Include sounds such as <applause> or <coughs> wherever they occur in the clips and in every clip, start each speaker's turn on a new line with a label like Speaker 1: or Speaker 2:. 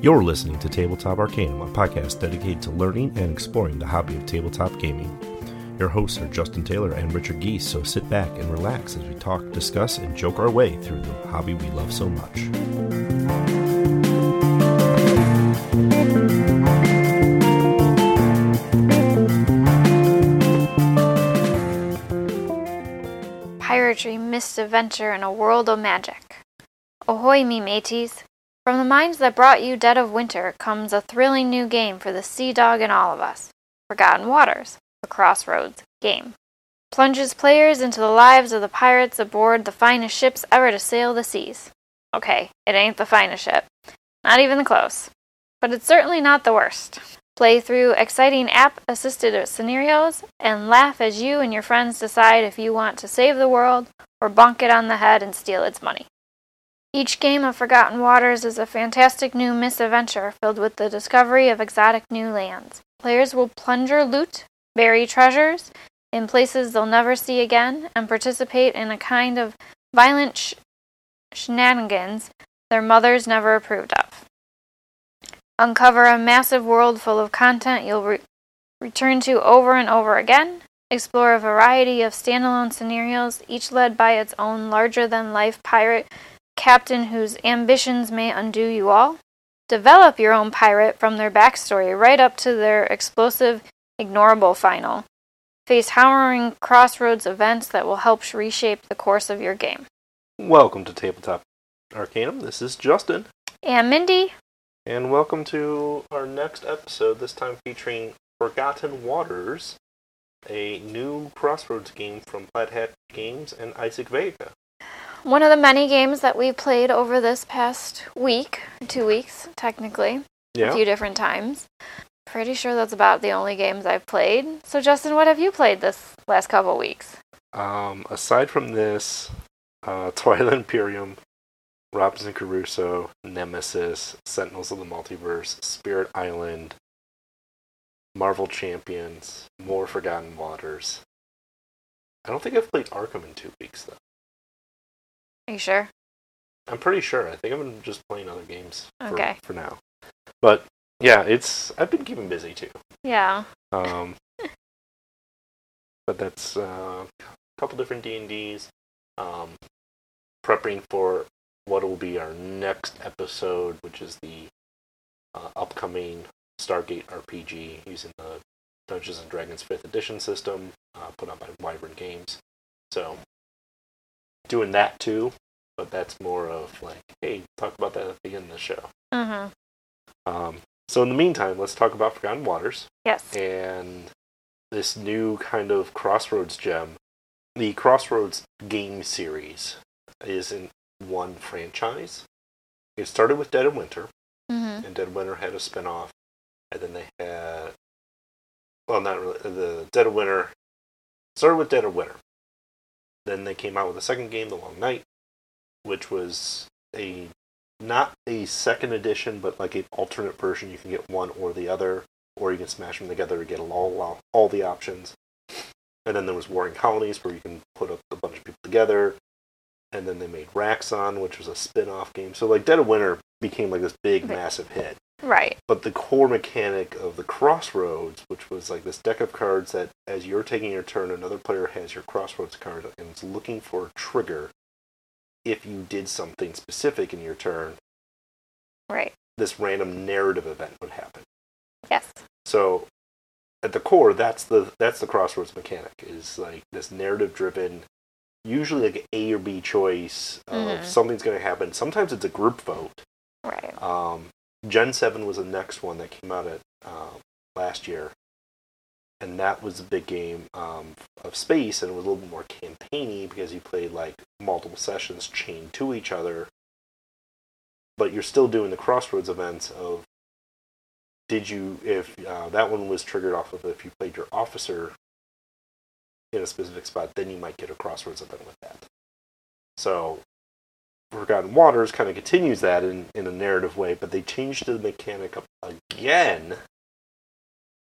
Speaker 1: You're listening to Tabletop Arcanum, a podcast dedicated to learning and exploring the hobby of tabletop gaming. Your hosts are Justin Taylor and Richard Geese, so sit back and relax as we talk, discuss, and joke our way through the hobby we love so much.
Speaker 2: Piratry, misadventure, and a world of magic. Ahoy, me mateys! From the minds that brought you Dead of Winter comes a thrilling new game for the sea dog and all of us Forgotten Waters, the Crossroads game. Plunges players into the lives of the pirates aboard the finest ships ever to sail the seas. Okay, it ain't the finest ship. Not even close. But it's certainly not the worst. Play through exciting app assisted scenarios and laugh as you and your friends decide if you want to save the world or bonk it on the head and steal its money. Each game of Forgotten Waters is a fantastic new misadventure filled with the discovery of exotic new lands. Players will plunder loot, bury treasures in places they'll never see again, and participate in a kind of violent sh- shenanigans their mothers never approved of. Uncover a massive world full of content you'll re- return to over and over again. Explore a variety of standalone scenarios, each led by its own larger than life pirate captain whose ambitions may undo you all. Develop your own pirate from their backstory right up to their explosive, ignorable final. Face harrowing crossroads events that will help reshape the course of your game.
Speaker 1: Welcome to Tabletop Arcanum. This is Justin,
Speaker 2: And Mindy,
Speaker 1: and welcome to our next episode, this time featuring Forgotten Waters, a new crossroads game from Plaid Hat Games and Isaac Vega.
Speaker 2: one of the many games that we played over this past week, two weeks technically, a few different times. Pretty sure that's about the only games I've played. So, Justin, what have you played this last couple weeks?
Speaker 1: Um, aside from this, uh, <laughs> Twilight Imperium, Robinson Crusoe, Nemesis, Sentinels of the Multiverse, Spirit Island, Marvel Champions, more Forgotten Waters. I don't think I've played Arkham in two weeks though.
Speaker 2: Are you sure?
Speaker 1: I'm pretty sure. I think I've been just playing other games for,
Speaker 2: Okay.
Speaker 1: for now. But yeah, it's I've been keeping busy too.
Speaker 2: Yeah.
Speaker 1: Um, but that's uh, a couple different D and D's. Um, prepping for what will be our next episode, which is the uh, upcoming Stargate RPG using the Dungeons and Dragons Fifth Edition system, uh, put out by Wyvern Games. So doing that too, but that's more of like, hey, talk about that at the end of the show.
Speaker 2: Mm-hmm.
Speaker 1: Um, so in the meantime, let's talk about Forgotten Waters
Speaker 2: Yes.
Speaker 1: and this new kind of crossroads gem the crossroads game series is in one franchise it started with dead of winter
Speaker 2: Mm-hmm.
Speaker 1: and dead of winter had a spin-off and then they had well not really the dead of winter started with dead of winter then they came out with a second game the long night which was a not a second edition but like an alternate version you can get one or the other or you can smash them together to get all all, all the options. And then there was Warring Colonies, where you can put up a bunch of people together. And then they made Raxon, which was a spin-off game. So like Dead of Winter became like this big,
Speaker 2: Right.
Speaker 1: massive hit.
Speaker 2: Right.
Speaker 1: But the core mechanic of the Crossroads, which was like this deck of cards that, as you're taking your turn, another player has your Crossroads card and is looking for a trigger. If you did something specific in your turn,
Speaker 2: Right.
Speaker 1: this random narrative event would happen.
Speaker 2: Yes.
Speaker 1: So at the core, that's the that's the crossroads mechanic is like this narrative driven, usually like A or B choice of
Speaker 2: Mhm.
Speaker 1: something's going to happen. Sometimes it's a group vote.
Speaker 2: Right.
Speaker 1: Um, Gen Seven was the next one that came out at um last year, and that was a big game um, of space, and it was a little bit more campaigny because you played like multiple sessions chained to each other, but you're still doing the crossroads events of did you if uh, that one was triggered off of if you played your officer in a specific spot, then you might get a crossroads event with that. So Forgotten Waters kind of continues that in, in a narrative way, but they changed the mechanic up again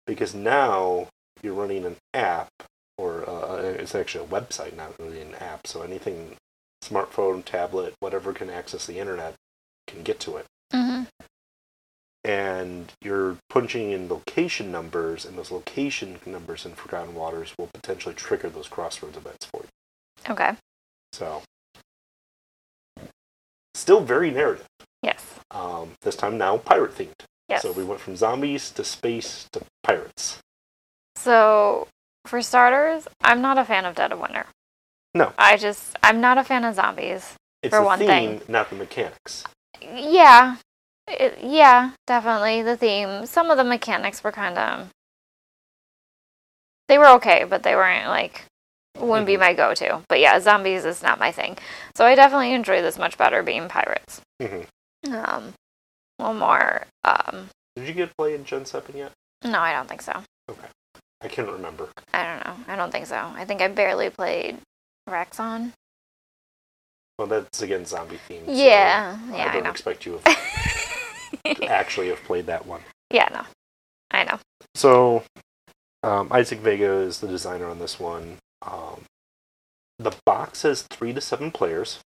Speaker 1: because now you're running an app, or uh, it's actually a website, not really an app. So anything smartphone, tablet, whatever can access the internet can get to it.
Speaker 2: Mm-hmm.
Speaker 1: and you're punching in location numbers, and those location numbers in Forgotten Waters will potentially trigger those crossroads events for you.
Speaker 2: Okay.
Speaker 1: So, still very narrative.
Speaker 2: Yes.
Speaker 1: Um, this time now pirate themed.
Speaker 2: Yes.
Speaker 1: So we went from zombies to space to pirates.
Speaker 2: So, for starters, I'm not a fan of Dead of Winter.
Speaker 1: No.
Speaker 2: I just, I'm not a fan of zombies.
Speaker 1: It's
Speaker 2: For
Speaker 1: the
Speaker 2: one
Speaker 1: theme, not the mechanics.
Speaker 2: Yeah. It, yeah, definitely the theme. Some of the mechanics were kind of. They were okay, but they weren't like. Wouldn't be
Speaker 1: Mhm.
Speaker 2: my go to. But yeah, zombies is not my thing. So I definitely enjoy this much better being pirates.
Speaker 1: Mhm.
Speaker 2: Um, a little more. Um,
Speaker 1: Did you get play in Gen Seven yet?
Speaker 2: no, I don't think so.
Speaker 1: I can't remember.
Speaker 2: I don't know. I don't think so. I think I barely played Raxon.
Speaker 1: Well, that's again zombie themed. so
Speaker 2: Yeah, yeah,
Speaker 1: I
Speaker 2: I
Speaker 1: don't
Speaker 2: know.
Speaker 1: expect
Speaker 2: <laughs>
Speaker 1: you have actually have played that one.
Speaker 2: yeah, no, I know.
Speaker 1: So, um, Isaac Vega is the designer on this one. Um, the box has three to seven players.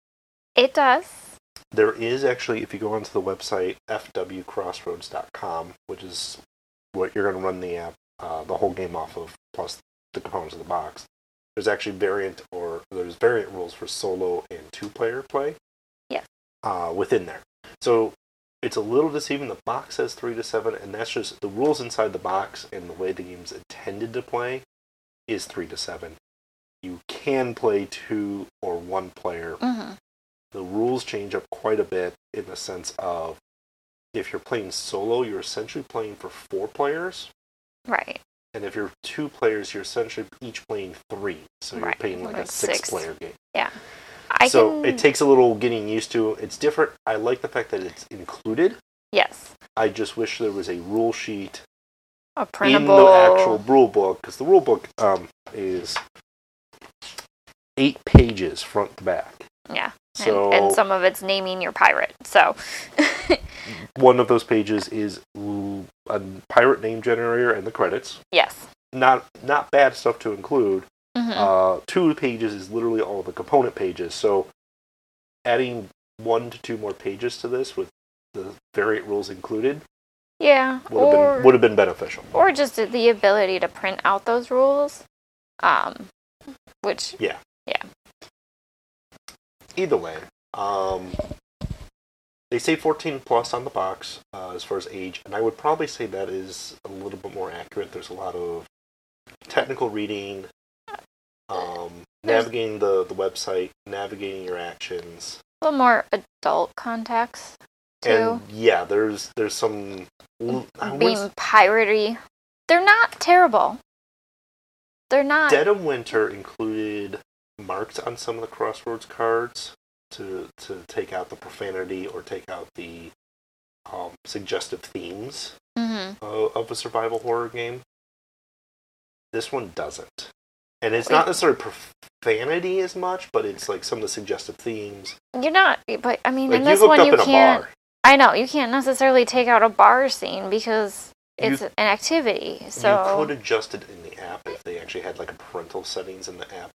Speaker 2: It does.
Speaker 1: There is actually, if you go onto the website fwcrossroads.com, which is what you're going to run the app, uh, the whole game off of, plus the components of the box. There's actually variant or there's variant rules for solo and two-player play.
Speaker 2: Yes.
Speaker 1: Uh, within there, so it's a little deceiving. The box says three to seven, and that's just the rules inside the box and the way the game's intended to play is three to seven. You can play two or one player
Speaker 2: hmm
Speaker 1: the rules change up quite a bit in the sense of if you're playing solo, you're essentially playing for four players,
Speaker 2: Right.
Speaker 1: and if you're two players, you're essentially each playing three. So you're
Speaker 2: Right,
Speaker 1: playing like a
Speaker 2: like
Speaker 1: six,
Speaker 2: six.
Speaker 1: player game.
Speaker 2: I
Speaker 1: so
Speaker 2: can.
Speaker 1: it takes a little getting used to. It's different. I like the fact that it's included.
Speaker 2: yes,
Speaker 1: I just wish there was a rule sheet in
Speaker 2: a Oh, printable.
Speaker 1: the actual rule book because the rule book um, is eight pages front to back.
Speaker 2: Yeah, and-
Speaker 1: So
Speaker 2: and, some of it's naming your pirate. So,
Speaker 1: one of those pages is l- a pirate name generator and the credits.
Speaker 2: yes.
Speaker 1: Not not bad stuff to include.
Speaker 2: hmm
Speaker 1: Uh, two pages is literally all the component pages. So adding one to two more pages to this with the variant rules included
Speaker 2: yeah.
Speaker 1: would have
Speaker 2: Or
Speaker 1: been would have been beneficial.
Speaker 2: or just the ability to print out those rules, um, which
Speaker 1: Either way, um, they say 14 plus on the box uh, as far as age, and I would probably say that is a little bit more accurate. There's a lot of technical reading, um,
Speaker 2: There's-
Speaker 1: navigating the, the website, navigating your actions,
Speaker 2: a little more adult context too.
Speaker 1: and yeah, there's there's some l- I wouldn't
Speaker 2: being
Speaker 1: s-
Speaker 2: piratey. They're not terrible. They're not.
Speaker 1: Dead of Winter included marks on some of the crossroads cards to to take out the profanity or take out the um, suggestive themes.
Speaker 2: hmm
Speaker 1: uh, of a survival horror game. This one doesn't. And it's
Speaker 2: Wait.
Speaker 1: not necessarily profanity as much, but it's like some of the suggestive themes.
Speaker 2: You're not, but I mean,
Speaker 1: Like
Speaker 2: in
Speaker 1: you
Speaker 2: this
Speaker 1: hooked
Speaker 2: one,
Speaker 1: up
Speaker 2: you
Speaker 1: in a
Speaker 2: can't.
Speaker 1: bar.
Speaker 2: I know you can't necessarily take out a bar scene because
Speaker 1: You-
Speaker 2: it's an activity.
Speaker 1: You could
Speaker 2: So
Speaker 1: adjust it in the app if they actually had like a parental settings in the app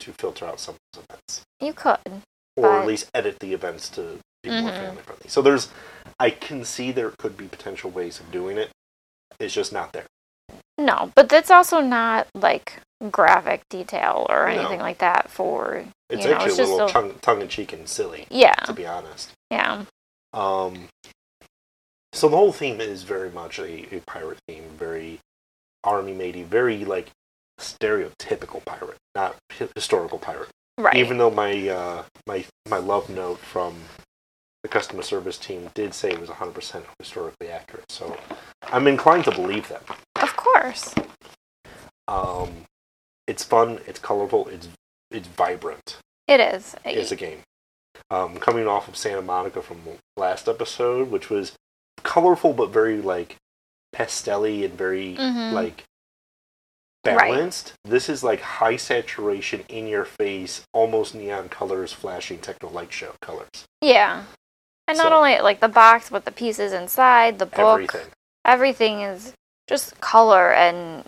Speaker 1: to filter out some of those events.
Speaker 2: you could.
Speaker 1: Or at
Speaker 2: But-
Speaker 1: least edit the events to be more
Speaker 2: Mhm.
Speaker 1: family friendly. So there's I can see there could be potential ways of doing it. It's just not there.
Speaker 2: No, but that's also not like graphic detail or
Speaker 1: No.
Speaker 2: anything like that for
Speaker 1: It's
Speaker 2: You know,
Speaker 1: actually
Speaker 2: it's
Speaker 1: a
Speaker 2: just
Speaker 1: little
Speaker 2: a- Uh.
Speaker 1: tongue tongue in cheek and silly,
Speaker 2: yeah,
Speaker 1: to be honest.
Speaker 2: yeah.
Speaker 1: Um, so the whole theme is very much a, a pirate theme, very army matey, very like stereotypical pirate, not hi- historical pirate.
Speaker 2: Right.
Speaker 1: Even though my uh, my my love note from the customer service team did say it was 100% historically accurate, so I'm inclined to believe them.
Speaker 2: of course.
Speaker 1: Um, it's fun, it's colorful, it's it's vibrant
Speaker 2: It is.
Speaker 1: as a game. Um, coming off of Santa Monica from last episode, which was colorful but very like pastelly and very
Speaker 2: Mhm.
Speaker 1: like
Speaker 2: Right.
Speaker 1: balanced. This is like high saturation, in your face, almost neon colors, flashing techno light show colors.
Speaker 2: yeah. And not
Speaker 1: So-
Speaker 2: only like the box, but the pieces inside, the book, everything,
Speaker 1: Everything
Speaker 2: is just color and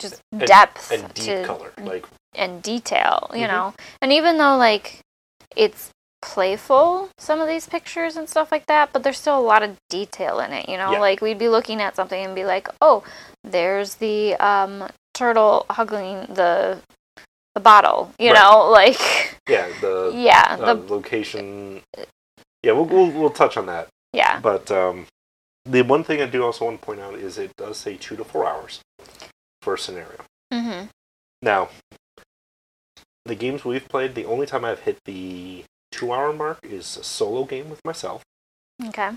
Speaker 2: just
Speaker 1: And-
Speaker 2: depth
Speaker 1: and deep
Speaker 2: to
Speaker 1: color, like
Speaker 2: and detail, you
Speaker 1: Mhm.
Speaker 2: know. And even though like it's playful some of these pictures and stuff like that but there's still a lot of detail in it you know
Speaker 1: Yeah.
Speaker 2: like we'd be looking at something and be like oh there's the um turtle hugging the the bottle you
Speaker 1: Right.
Speaker 2: know <laughs> like
Speaker 1: Yeah, the
Speaker 2: yeah
Speaker 1: uh,
Speaker 2: the
Speaker 1: location. Yeah, we'll, we'll we'll touch on that.
Speaker 2: yeah
Speaker 1: But um, the one thing I do also want to point out is it does say two to four hours for a scenario.
Speaker 2: mhm
Speaker 1: Now, the games we've played, the only time I've hit the two-hour mark is a solo game with myself.
Speaker 2: okay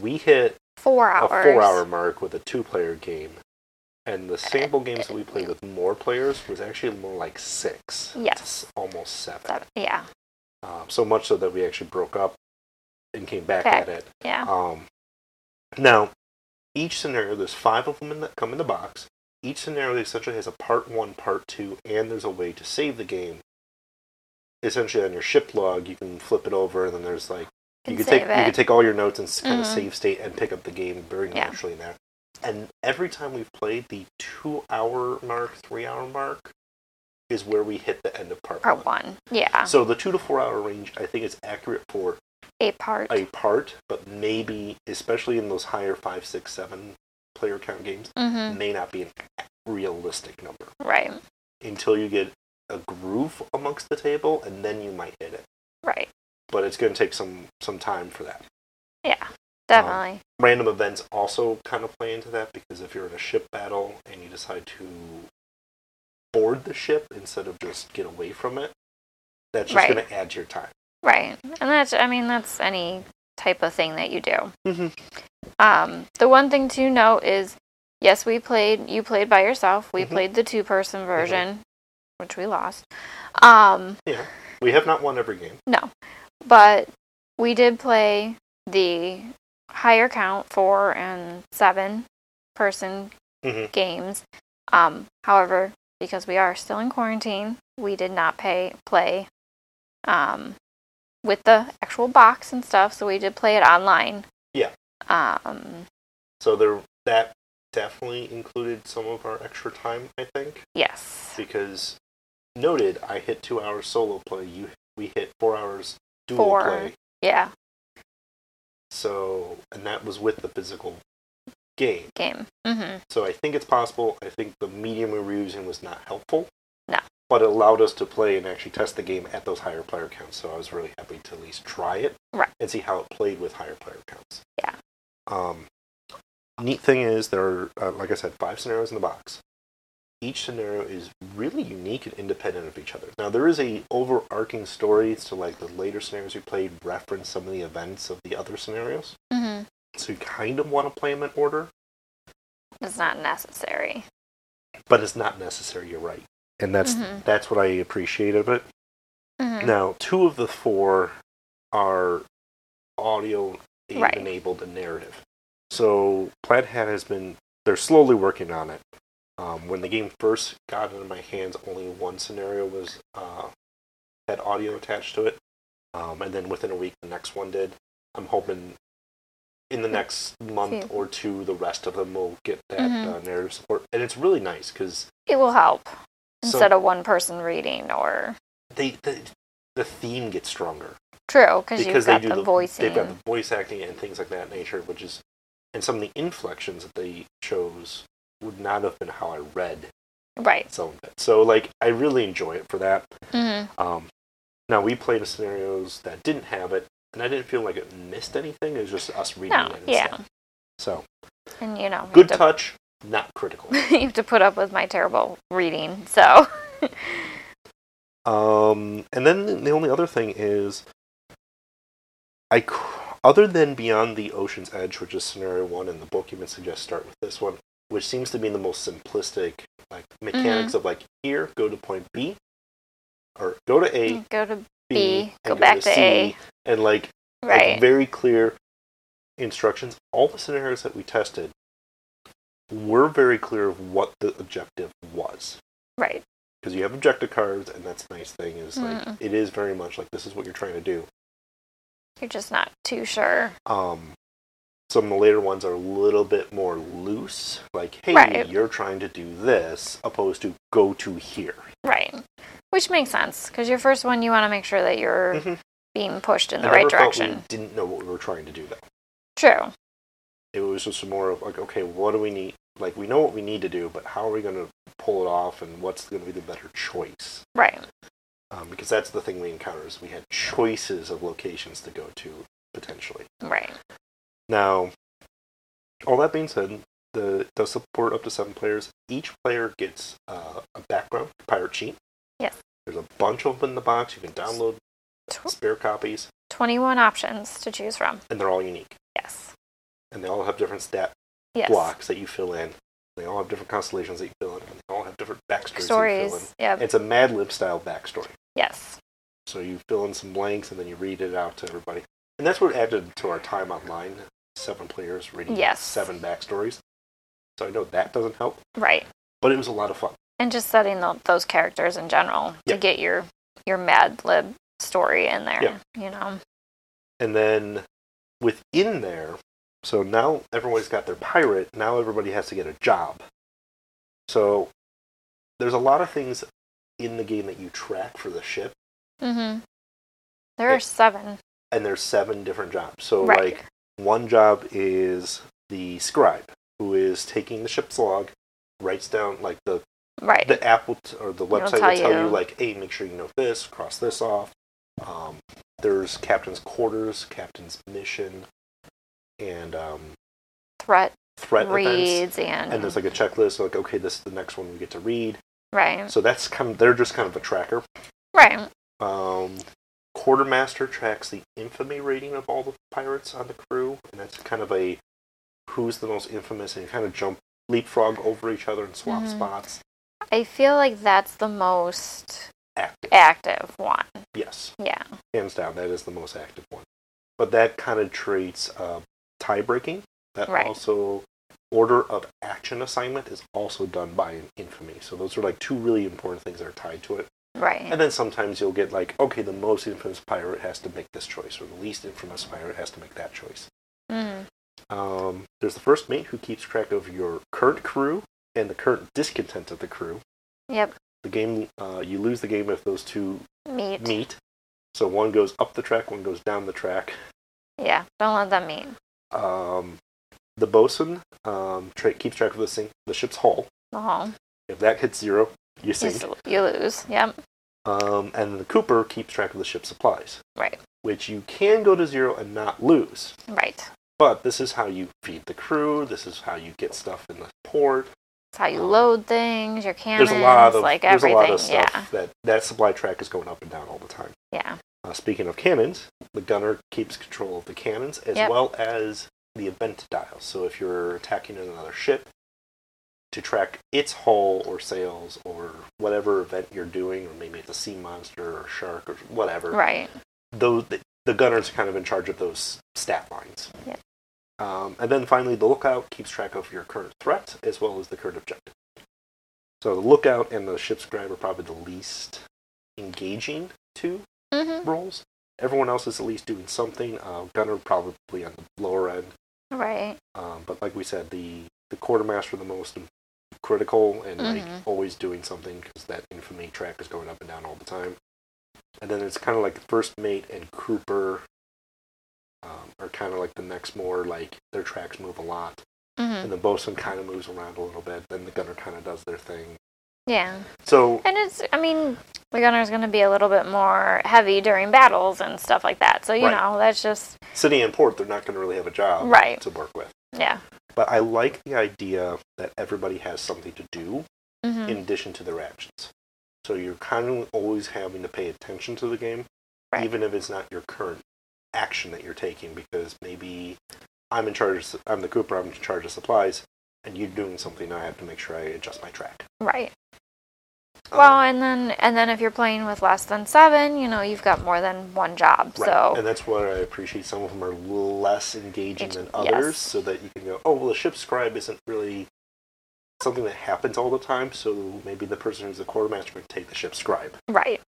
Speaker 1: We hit
Speaker 2: 4
Speaker 1: a
Speaker 2: hours
Speaker 1: four-hour mark with a two-player game, and the sample games that we played with more players was actually more like six. to
Speaker 2: Yes.
Speaker 1: almost seven.
Speaker 2: That- yeah
Speaker 1: Um, so much so that we actually broke up and came back
Speaker 2: Back.
Speaker 1: at it.
Speaker 2: yeah
Speaker 1: Um, now, each scenario, there's five of them in the, come in the box. Each scenario essentially has a part one, part two, and there's a way to save the game. Essentially, on your ship log, you can flip it over, and then there's like you can take
Speaker 2: save
Speaker 1: you
Speaker 2: it.
Speaker 1: can take all your notes and kind of
Speaker 2: Mhm.
Speaker 1: save state and pick up the game and bring it
Speaker 2: Yeah.
Speaker 1: actually in there. And every time we've played, the two-hour mark, three-hour mark, is where we hit the end of part,
Speaker 2: part 1 yeah
Speaker 1: So the two to four-hour range, I think, is accurate for
Speaker 2: a part
Speaker 1: a part, but maybe, especially in those higher five, six, seven player count games,
Speaker 2: mhm
Speaker 1: may not be a realistic number
Speaker 2: right
Speaker 1: until you get a groove amongst the table, and then you might hit it.
Speaker 2: right
Speaker 1: But it's going to take some some time for that.
Speaker 2: yeah definitely
Speaker 1: Random events also kind of play into that because if you're in a ship battle and you decide to board the ship instead of just get away from it, that's just
Speaker 2: Right.
Speaker 1: going to add to your time.
Speaker 2: Right. And that's, I mean, that's any type of thing that you do.
Speaker 1: Mhm.
Speaker 2: Um, the one thing to note is yes, we played, you played by yourself. We
Speaker 1: Mhm.
Speaker 2: played the two person version, which we lost. Um,
Speaker 1: We have not won every game.
Speaker 2: but we did play the higher count, four and seven person
Speaker 1: Mhm.
Speaker 2: games. Um, however, because we are still in quarantine, we did not pay play um, with the actual box and stuff. So we did play it online.
Speaker 1: Yeah.
Speaker 2: Um,
Speaker 1: So there, that definitely included some of our extra time, I think,
Speaker 2: yes.
Speaker 1: because noted I hit two hours solo play. You we hit four hours dual
Speaker 2: Four.
Speaker 1: play.
Speaker 2: Yeah.
Speaker 1: So and that was with the physical game.
Speaker 2: Game. hmm
Speaker 1: So I think it's possible. I think the medium we were using was not helpful.
Speaker 2: No.
Speaker 1: But it allowed us to play and actually test the game at those higher player counts. So I was really happy to at least try it
Speaker 2: Right.
Speaker 1: and see how it played with higher player counts.
Speaker 2: Yeah.
Speaker 1: Um, neat thing is there are, uh, like I said, five scenarios in the box. Each scenario is really unique and independent of each other. Now there is a overarching story, so like the later scenarios we played reference some of the events of the other scenarios.
Speaker 2: hmm
Speaker 1: So you kind of want to play them in order,
Speaker 2: It's not necessary.
Speaker 1: but it's not necessary. You're right, and that's
Speaker 2: Mhm.
Speaker 1: that's what I appreciate of it.
Speaker 2: hmm
Speaker 1: Now, two of the four are audio aid
Speaker 2: Right.
Speaker 1: enabled and narrative. So Plaid Hat has been they're slowly working on it. Um, when the game first got into my hands, only one scenario was uh, had audio attached to it, um, and then within a week, the next one did. I'm hoping in the next month
Speaker 2: Hmm. See.
Speaker 1: or two, the rest of them will get that
Speaker 2: Mhm.
Speaker 1: uh, narrative support, and it's really nice because
Speaker 2: It will help
Speaker 1: So-
Speaker 2: instead of one person reading or.
Speaker 1: they, they the theme gets stronger.
Speaker 2: True, because you've
Speaker 1: because they
Speaker 2: got
Speaker 1: do
Speaker 2: the,
Speaker 1: the,
Speaker 2: voicing.
Speaker 1: They've got the voice acting and things like that nature, which is and some of the inflections that they chose would not have been how I read
Speaker 2: Right.
Speaker 1: some of it. So like I really enjoy it for that.
Speaker 2: hmm
Speaker 1: Um, now we played in scenarios that didn't have it, and I didn't feel like it missed anything. It was just us reading
Speaker 2: No,
Speaker 1: it.
Speaker 2: yeah.
Speaker 1: Instead. So
Speaker 2: And you know, you
Speaker 1: good
Speaker 2: have to <laughs>
Speaker 1: touch, not critical.
Speaker 2: you have to put up with my terrible reading. So,
Speaker 1: Um, and then the only other thing is, I c- other than Beyond the Ocean's Edge, which is scenario one, and the book even suggests start with this one, which seems to be the most simplistic, like
Speaker 2: Mm-hmm.
Speaker 1: mechanics of like here, go to point B, or go to A,
Speaker 2: <laughs> go to
Speaker 1: B,
Speaker 2: Mm, B,
Speaker 1: and
Speaker 2: go back to A.
Speaker 1: and like like,
Speaker 2: right.
Speaker 1: very clear instructions. All the scenarios that we tested were very clear of what the objective was
Speaker 2: right.
Speaker 1: because you have objective cards, and that's the nice thing is like
Speaker 2: Mm.
Speaker 1: it is very much like this is what you're trying to do.
Speaker 2: You're just not too sure.
Speaker 1: Um, some of the later ones are a little bit more loose, like hey,
Speaker 2: Right.
Speaker 1: you're trying to do this, opposed to go to here.
Speaker 2: Right. Which makes sense because your first one, you want to make sure that you're
Speaker 1: Mhm.
Speaker 2: being pushed in the
Speaker 1: I
Speaker 2: right
Speaker 1: never felt
Speaker 2: direction.
Speaker 1: We didn't know what we were trying to do though.
Speaker 2: True.
Speaker 1: It was just more of like, okay, what do we need? Like we know what we need to do, but how are we going to pull it off, and what's going to be the better choice?
Speaker 2: Right.
Speaker 1: Um, because that's the thing we encountered is we had choices of locations to go to potentially.
Speaker 2: Right.
Speaker 1: Now, all that being said, the does support up to seven players. Each player gets uh, a background pirate sheet.
Speaker 2: Yes.
Speaker 1: There's a bunch of them in the box. You can download
Speaker 2: Tw-
Speaker 1: spare copies,
Speaker 2: 21 options to choose from.
Speaker 1: and they're all unique.
Speaker 2: Yes.
Speaker 1: And they all have different stat
Speaker 2: Yes.
Speaker 1: blocks that you fill in. They all have different constellations that you fill in, and they all have different backstories that you fill in.
Speaker 2: Stories. Yep.
Speaker 1: It's a Mad Lib style backstory.
Speaker 2: Yes.
Speaker 1: So you fill in some blanks and then you read it out to everybody. And that's what added to our time online. Seven players reading
Speaker 2: Yes.
Speaker 1: seven backstories. So I know that doesn't help,
Speaker 2: Right.
Speaker 1: but it was a lot of fun.
Speaker 2: And just setting tho- those characters in general
Speaker 1: Yeah.
Speaker 2: to get your your Mad Lib story in there.
Speaker 1: Yeah.
Speaker 2: You know.
Speaker 1: And then within there, so now everybody's got their pirate. Now everybody has to get a job. So there's a lot of things in the game that you track for the ship,
Speaker 2: Mm-hmm. There
Speaker 1: Yeah.
Speaker 2: are seven.
Speaker 1: and there's seven different jobs. So
Speaker 2: Right.
Speaker 1: like one job is the scribe, who is taking the ship's log, writes down like the
Speaker 2: Right.
Speaker 1: the app will t- or the website will
Speaker 2: tell
Speaker 1: tell you.
Speaker 2: you.
Speaker 1: like, hey, make sure you note this, cross this off. Um, there's captain's quarters, captain's mission, and um,
Speaker 2: Threat
Speaker 1: threat events.
Speaker 2: reads and,
Speaker 1: And there's like a checklist, like okay, this is the next one we get to read.
Speaker 2: right.
Speaker 1: So that's kind of they're just kind of a tracker.
Speaker 2: Right.
Speaker 1: Um, quartermaster tracks the infamy rating of all the pirates on the crew, and that's kind of a who's the most infamous, and you kind of jump leapfrog over each other and swap
Speaker 2: Mhm.
Speaker 1: spots.
Speaker 2: I feel like that's the most
Speaker 1: Active,
Speaker 2: active one.
Speaker 1: yes.
Speaker 2: Yeah.
Speaker 1: hands down, that is the most active one. But that kind of treats uh, tie breaking. That
Speaker 2: Right.
Speaker 1: also order of action assignment is also done by an infamy. So those are like two really important things that are tied to it.
Speaker 2: Right.
Speaker 1: And then sometimes you'll get like, okay, the most infamous pirate has to make this choice, or the least infamous pirate has to make that choice.
Speaker 2: Mm.
Speaker 1: Um, there's the first mate who keeps track of your current crew and the current discontent of the crew.
Speaker 2: Yep.
Speaker 1: The game, uh, you lose the game if those two
Speaker 2: Meat.
Speaker 1: meet. So one goes up the track, one goes down the track.
Speaker 2: Yeah. Don't let them meet.
Speaker 1: um, the bosun um, tra- keeps track of the sink, the ship's hull.
Speaker 2: The home.
Speaker 1: If that hits zero, you
Speaker 2: You,
Speaker 1: sink.
Speaker 2: s- you lose. Yep.
Speaker 1: Um, and the cooper keeps track of the ship's supplies,
Speaker 2: Right.
Speaker 1: which you can go to zero and not lose.
Speaker 2: Right.
Speaker 1: But this is how you feed the crew. This is how you get stuff in the port.
Speaker 2: It's how you
Speaker 1: Um,
Speaker 2: load things, your cannons,
Speaker 1: there's a lot of
Speaker 2: like
Speaker 1: there's a
Speaker 2: everything.
Speaker 1: lot of stuff
Speaker 2: Yeah.
Speaker 1: that that supply track is going up and down all the time.
Speaker 2: Yeah.
Speaker 1: Uh, speaking of cannons, the gunner keeps control of the cannons as
Speaker 2: Yep.
Speaker 1: well as the event dial. So if you're attacking another ship, to track its hull or sails or whatever event you're doing, or maybe it's a sea monster or shark or whatever,
Speaker 2: Right.
Speaker 1: those the, the gunners are kind of in charge of those stat lines.
Speaker 2: Yep.
Speaker 1: Um, and then finally, the lookout keeps track of your current threat as well as the current objective. So the lookout and the ship scribe are probably the least engaging two
Speaker 2: hmm
Speaker 1: roles. Everyone else is at least doing something. Uh, gunner probably on the lower end,
Speaker 2: Right.
Speaker 1: um, but like we said, the the quartermaster the most critical and like
Speaker 2: Mhm.
Speaker 1: always doing something because that infamy track is going up and down all the time. And then it's kind of like first mate and Cooper um, are kind of like the next more like their tracks move a lot,
Speaker 2: hmm
Speaker 1: and the bosun kind of moves around a little bit. Then the gunner kind of does their thing.
Speaker 2: Yeah.
Speaker 1: So
Speaker 2: And it's, I mean, the gunner's going to be a little bit more heavy during battles and stuff like that. So, you
Speaker 1: Right.
Speaker 2: know, that's just,
Speaker 1: city and port, they're not going to really have a job
Speaker 2: Right.
Speaker 1: to work with.
Speaker 2: yeah.
Speaker 1: But I like the idea that everybody has something to do
Speaker 2: hmm
Speaker 1: in addition to their actions. So you're kind of always having to pay attention to the game,
Speaker 2: Right.
Speaker 1: even if it's not your current action that you're taking, because maybe I'm in charge, of, I'm the Cooper, I'm in charge of supplies, and you're doing something, I have to make sure I adjust my track.
Speaker 2: Right.
Speaker 1: Um,
Speaker 2: Well, and then and then if you're playing with less than seven, you know you've got more than one job.
Speaker 1: right.
Speaker 2: So
Speaker 1: And that's what I appreciate. Some of them are less engaging
Speaker 2: Each-
Speaker 1: than
Speaker 2: yes.
Speaker 1: others, so that you can go, oh, well, the ship scribe isn't really something that happens all the time, so maybe the person who's the quartermaster can take the ship scribe.
Speaker 2: right,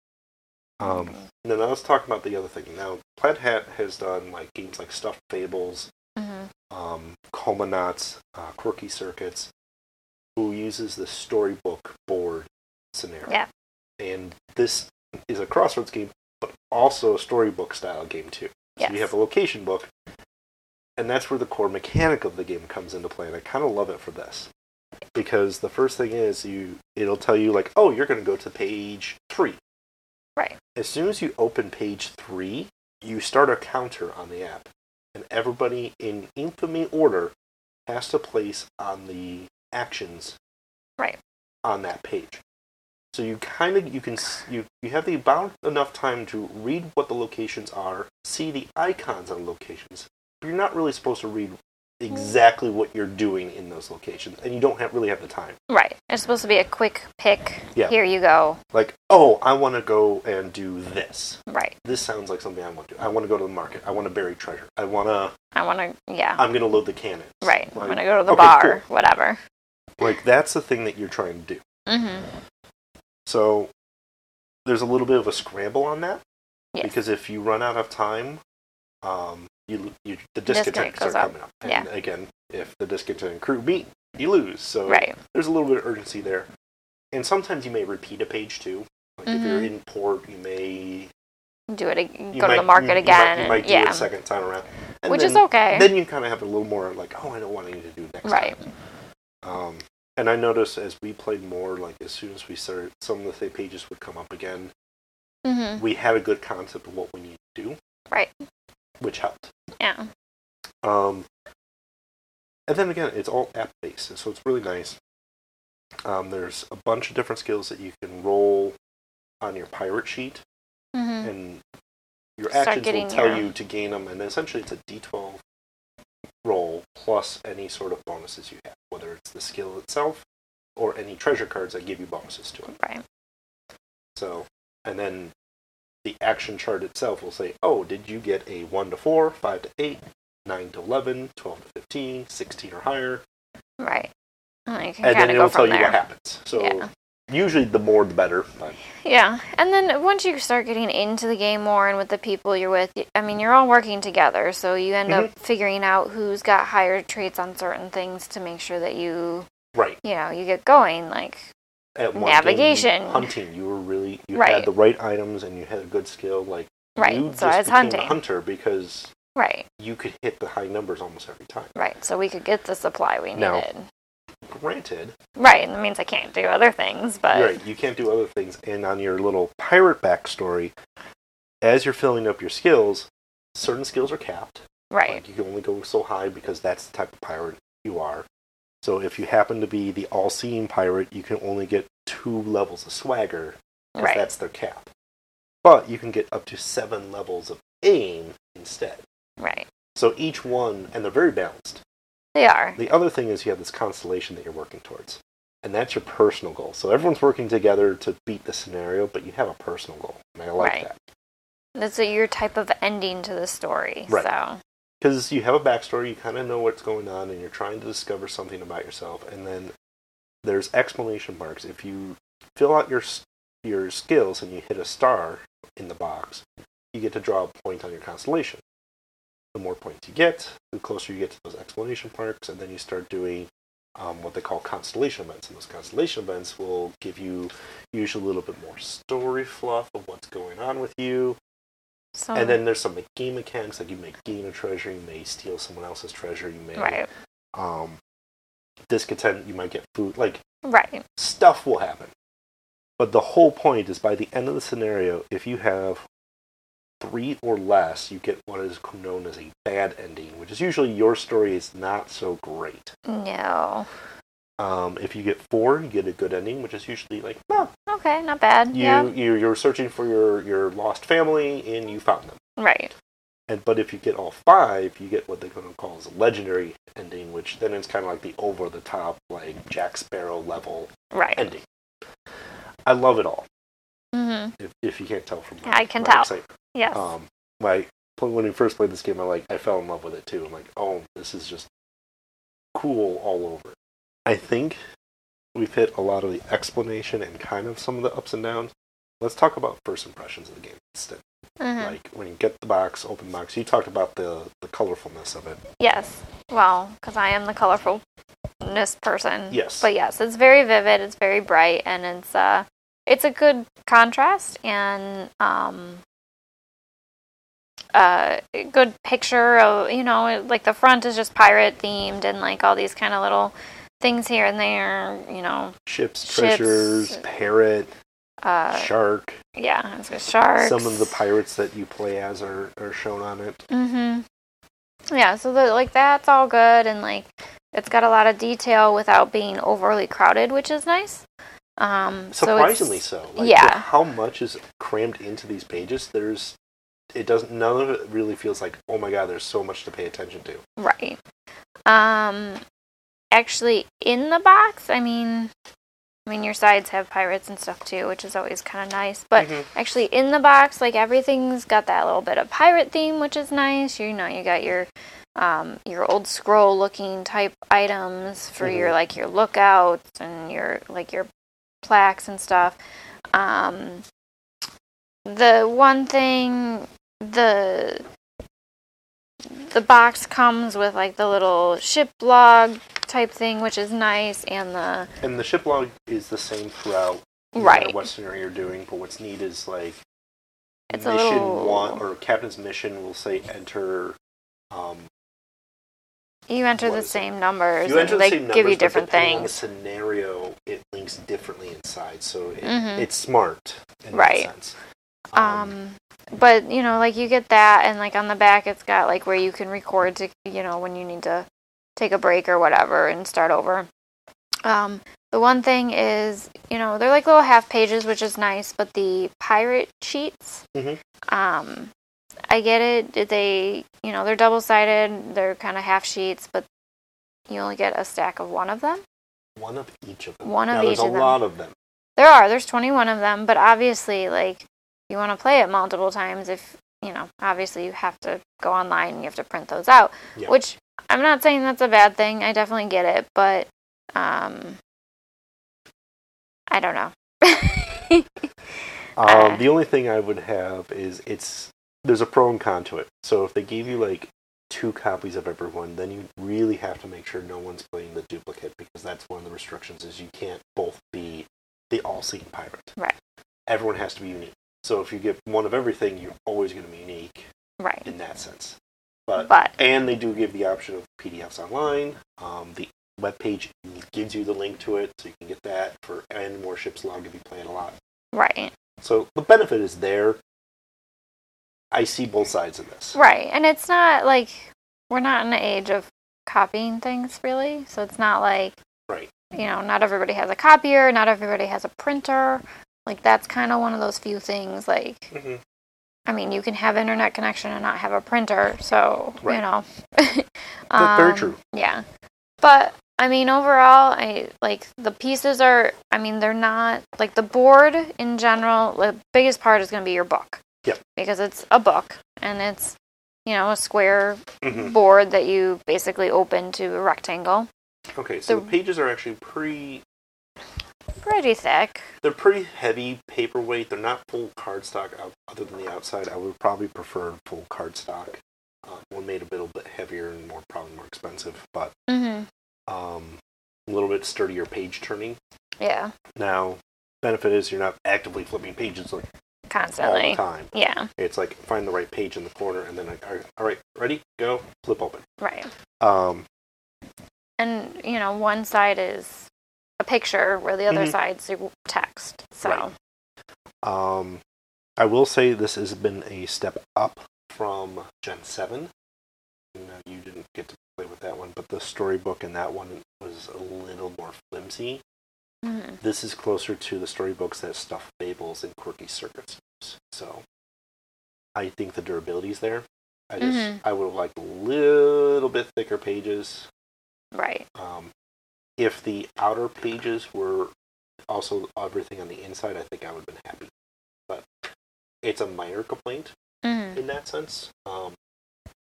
Speaker 1: Um, now, now let's talk about the other thing. Now, Plaid Hat has done like games like Stuffed Fables,
Speaker 2: hmm
Speaker 1: um, Culminauts, uh, Quirky Circuits, who uses the storybook board scenario.
Speaker 2: Yeah.
Speaker 1: And this is a Crossroads game but also a storybook style game too. So you
Speaker 2: Yes.
Speaker 1: have a location book, and that's where the core mechanic of the game comes into play. And I kind of love it for this because the first thing is you it'll tell you like, oh, you're going to go to page three.
Speaker 2: Right.
Speaker 1: As soon as you open page three, you start a counter on the app, and everybody in infamy order has to place on the actions.
Speaker 2: Right.
Speaker 1: On that page. So you kind of you can s- you you have the about enough time to read what the locations are, see the icons on locations. But you're not really supposed to read exactly what you're doing in those locations, and you don't have, really have the time.
Speaker 2: Right. It's supposed to be a quick pick.
Speaker 1: Yeah.
Speaker 2: Here you go.
Speaker 1: Like, oh, I want to go and do this.
Speaker 2: Right.
Speaker 1: This sounds like something I want to do. I want to go to the market. I want to bury treasure. I want to.
Speaker 2: I want to, yeah.
Speaker 1: I'm going to load the cannon.
Speaker 2: right.
Speaker 1: like,
Speaker 2: I'm going to go to the
Speaker 1: okay,
Speaker 2: bar, whatever.
Speaker 1: Like that's the thing that you're trying to do.
Speaker 2: Mm hmm.
Speaker 1: So there's a little bit of a scramble on that
Speaker 2: Yes.
Speaker 1: because if you run out of time, um, you, you the disconnects
Speaker 2: goes
Speaker 1: are
Speaker 2: up.
Speaker 1: coming up. And again, if the discontent crew meet, you lose. So
Speaker 2: Right.
Speaker 1: there's a little bit of urgency there. And sometimes you may repeat a page too. Like if you're in port, you may
Speaker 2: Do it. ag-
Speaker 1: you
Speaker 2: Mm-hmm.
Speaker 1: might-
Speaker 2: Go to the
Speaker 1: you-
Speaker 2: market
Speaker 1: you might-
Speaker 2: again.
Speaker 1: You might,
Speaker 2: and-
Speaker 1: do it
Speaker 2: yeah.
Speaker 1: a second time around, And
Speaker 2: Which
Speaker 1: then,
Speaker 2: is okay.
Speaker 1: Then you kind of have a little more like, oh, I know what I need to do next.
Speaker 2: right.
Speaker 1: Um, and I noticed as we played more, like as soon as we started, some of the same pages would come up again.
Speaker 2: Mm hmm.
Speaker 1: We had a good concept of what we need to do.
Speaker 2: Right.
Speaker 1: Which helped.
Speaker 2: Yeah.
Speaker 1: Um, and then again, it's all app based, so it's really nice. Um, there's a bunch of different skills that you can roll on your pirate sheet,
Speaker 2: Mm
Speaker 1: and your
Speaker 2: Start
Speaker 1: actions will
Speaker 2: getting
Speaker 1: tell
Speaker 2: your-
Speaker 1: you to gain them. And essentially, it's a D12 roll plus any sort of bonuses you have, whether it's the skill itself or any treasure cards that give you bonuses to it.
Speaker 2: hmm. Right.
Speaker 1: So, and then the action chart itself will say, oh, did you get a 1 to 4, 5 to 8, 9 to 11, 12 to 15, 16 or higher?
Speaker 2: Right. And, you can
Speaker 1: And then
Speaker 2: kinda go
Speaker 1: it'll tell
Speaker 2: from
Speaker 1: you
Speaker 2: there.
Speaker 1: what happens. So,
Speaker 2: Yeah.
Speaker 1: usually the more the better. But
Speaker 2: Yeah, and then once you start getting into the game more and with the people you're with, I mean, you're all working together, so you end up
Speaker 1: Mm-hmm.
Speaker 2: figuring out who's got higher traits on certain things to make sure that you,
Speaker 1: right.
Speaker 2: you know, you get going. Like,
Speaker 1: At one game,
Speaker 2: Navigation.
Speaker 1: hunting, you were really, you
Speaker 2: Right.
Speaker 1: had the right items and you had a good skill. Like,
Speaker 2: right?
Speaker 1: you
Speaker 2: so I was
Speaker 1: became
Speaker 2: hunting,
Speaker 1: a hunter because
Speaker 2: right?
Speaker 1: you could hit the high numbers almost every time.
Speaker 2: Right. So we could get the supply we
Speaker 1: No.
Speaker 2: needed.
Speaker 1: Granted,
Speaker 2: Right, and that means I can't do other things, but
Speaker 1: You're right, you can't do other things. And on your little pirate backstory, as you're filling up your skills, certain skills are capped.
Speaker 2: right,
Speaker 1: Like you can only go so high because that's the type of pirate you are. So if you happen to be the all-seeing pirate, you can only get two levels of swagger, 'cause
Speaker 2: right,
Speaker 1: that's their cap. But you can get up to seven levels of aim instead.
Speaker 2: right.
Speaker 1: So each one, and they're very balanced.
Speaker 2: They are
Speaker 1: The other thing is you have this constellation that you're working towards, and that's your personal goal. So everyone's working together to beat the scenario, but you have a personal goal, and I like
Speaker 2: Right.
Speaker 1: that
Speaker 2: that's your type of ending to the story.
Speaker 1: Right.
Speaker 2: So
Speaker 1: because you have a backstory, you kind of know what's going on, and you're trying to discover something about yourself. And then there's exclamation marks. If you fill out your s- your skills and you hit a star in the box, you get to draw a point on your constellation. The more points you get, the closer you get to those exclamation marks, and then you start doing um, what they call constellation events. And those constellation events will give you usually a little bit more story fluff of what's going on with you.
Speaker 2: so
Speaker 1: And then there's some game mechanics, like you may gain a treasure, you may steal someone else's treasure, you may
Speaker 2: right,
Speaker 1: um, discontent, you might get food. Like
Speaker 2: right,
Speaker 1: stuff will happen. But the whole point is, by the end of the scenario, if you have three or less, you get what is known as a bad ending, which is usually your story is not so great.
Speaker 2: no,
Speaker 1: Um, if you get four, you get a good ending, which is usually like, oh,
Speaker 2: okay, not bad.
Speaker 1: you,
Speaker 2: yeah,
Speaker 1: you you're searching for your your lost family and you found them.
Speaker 2: right.
Speaker 1: And but if you get all five, you get what they're going to call as a legendary ending, which then is kind of like the over the top, like Jack Sparrow level
Speaker 2: Right.
Speaker 1: ending. I love it all.
Speaker 2: hmm
Speaker 1: If, if you can't tell from
Speaker 2: I can
Speaker 1: my
Speaker 2: tell.
Speaker 1: excitement.
Speaker 2: Yes.
Speaker 1: Um, my when we first played this game, I like I fell in love with it too. I'm like, oh, this is just cool all over. I think we've hit a lot of the explanation and kind of some of the ups and downs. Let's talk about first impressions of the game instead
Speaker 2: Mhm.
Speaker 1: like when you get the box open box you talked about the the colorfulness of it
Speaker 2: Yes. Well, because I am the colorfulness person.
Speaker 1: yes
Speaker 2: But yes, it's very vivid. It's very bright, and it's uh, it's a good contrast, and um, uh, good picture of you know like the front is just pirate themed and like all these kind of little things here and there. You know,
Speaker 1: Ships,
Speaker 2: Ships.
Speaker 1: treasures, parrot,
Speaker 2: uh,
Speaker 1: shark.
Speaker 2: yeah, it's got sharks.
Speaker 1: Some of the pirates that you play as are, are shown on it.
Speaker 2: hmm Yeah, so the, like that's all good, and like it's got a lot of detail without being overly crowded, which is nice. Um, so it's-
Speaker 1: Surprisingly so. Like,
Speaker 2: yeah.
Speaker 1: for How much is crammed into these pages? There's. It doesn't. None of it really feels like. Oh my god! There's so much to pay attention to.
Speaker 2: right. Um, actually, in the box, I mean, I mean your sides have pirates and stuff too, which is always kind of nice. But
Speaker 1: Mhm.
Speaker 2: actually, in the box, like everything's got that little bit of pirate theme, which is nice. You know, you got your um, your old scroll looking type items for your
Speaker 1: Mhm.
Speaker 2: like your lookouts and your like your plaques and stuff. Um, the one thing the the box comes with like the little ship log type thing, which is nice, and the
Speaker 1: And the ship log is the same throughout. no matter
Speaker 2: right.
Speaker 1: What scenario you're doing, but what's neat is like
Speaker 2: It's a
Speaker 1: mission
Speaker 2: little-
Speaker 1: one or captain's mission will say enter. Um,
Speaker 2: You enter
Speaker 1: What
Speaker 2: the
Speaker 1: is it?
Speaker 2: same numbers.
Speaker 1: you enter
Speaker 2: and
Speaker 1: the
Speaker 2: they
Speaker 1: same numbers,
Speaker 2: give you
Speaker 1: but
Speaker 2: different
Speaker 1: depending on
Speaker 2: things.
Speaker 1: the scenario it links differently inside, so it,
Speaker 2: Mhm.
Speaker 1: it's smart. In
Speaker 2: Right.
Speaker 1: That sense.
Speaker 2: Um, but you know, like you get that, and like on the back, it's got like where you can record to, you know, when you need to take a break or whatever and start over. Um, the one thing is, you know, they're like little half pages, which is nice, but the pirate sheets,
Speaker 1: Mhm.
Speaker 2: um, I get it. They, you know, they're double sided, they're kind of half sheets, but you only get a stack of one of them.
Speaker 1: one of each of them.
Speaker 2: One of
Speaker 1: now,
Speaker 2: each
Speaker 1: There's a
Speaker 2: of them.
Speaker 1: lot of them.
Speaker 2: There are. There's 21 of them, but obviously, like, you want to play it multiple times if, you know, obviously you have to go online and you have to print those out,
Speaker 1: Yeah.
Speaker 2: which I'm not saying that's a bad thing. I definitely get it, but, um, I don't know.
Speaker 1: Um,
Speaker 2: Uh,
Speaker 1: the only thing I would have is it's there's a pro and con to it. So if they gave you like two copies of everyone, then you really have to make sure no one's playing the duplicate because that's one of the restrictions is you can't both be the all-seeing pirate.
Speaker 2: Right.
Speaker 1: Everyone has to be unique. So if you get one of everything, you're always going to be unique
Speaker 2: Right.
Speaker 1: in that sense. But
Speaker 2: But,
Speaker 1: and they do give the option of PDFs online. Um, the webpage gives you the link to it, so you can get that for and more ships log if you play it a lot.
Speaker 2: right.
Speaker 1: So the benefit is there. I see both sides of this.
Speaker 2: Right. And it's not like we're not in the age of copying things really. So it's not like
Speaker 1: Right.
Speaker 2: You know, not everybody has a copier, not everybody has a printer. Like that's kind of one of those few things like
Speaker 1: Mhm.
Speaker 2: I mean, you can have internet connection and not have a printer, so
Speaker 1: Right.
Speaker 2: you know.
Speaker 1: <laughs>
Speaker 2: Um,
Speaker 1: That's very true.
Speaker 2: Yeah. But I mean, overall, I like the pieces are. I mean, they're not like the board in general. The biggest part is going to be your book.
Speaker 1: Yep.
Speaker 2: Because it's a book and it's you know a square
Speaker 1: Mhm.
Speaker 2: board that you basically open to a rectangle.
Speaker 1: Okay, so
Speaker 2: The-
Speaker 1: the, pages are actually pretty.
Speaker 2: Pretty thick.
Speaker 1: They're pretty heavy paperweight. They're not full cardstock. out- Other than the outside, I would probably prefer full cardstock. Uh, one made a little bit heavier and more probably more expensive, but
Speaker 2: hmm
Speaker 1: um, a little bit sturdier page turning.
Speaker 2: Yeah.
Speaker 1: Now, benefit is you're not actively flipping pages like all the
Speaker 2: Constantly.
Speaker 1: time.
Speaker 2: Yeah.
Speaker 1: It's like find the right page in the corner, and then like, all right, all right, ready, go, flip open.
Speaker 2: Right.
Speaker 1: Um,
Speaker 2: and you know one side is a picture where the other
Speaker 1: Mhm.
Speaker 2: side's your text so
Speaker 1: Right. Um, I will say this has been a step up from Gen Seven. No, you didn't get to play with that one, but the storybook in that one was a little more flimsy.
Speaker 2: mhm.
Speaker 1: This is closer to the storybooks that stuff fables and quirky circuits. use. So, I think the durability is there. I just
Speaker 2: Mhm.
Speaker 1: I would have liked a little bit thicker pages.
Speaker 2: right
Speaker 1: Um, if the outer pages were also everything on the inside, I think I would have been happy. But it's a minor complaint
Speaker 2: Mhm.
Speaker 1: in that sense. Um,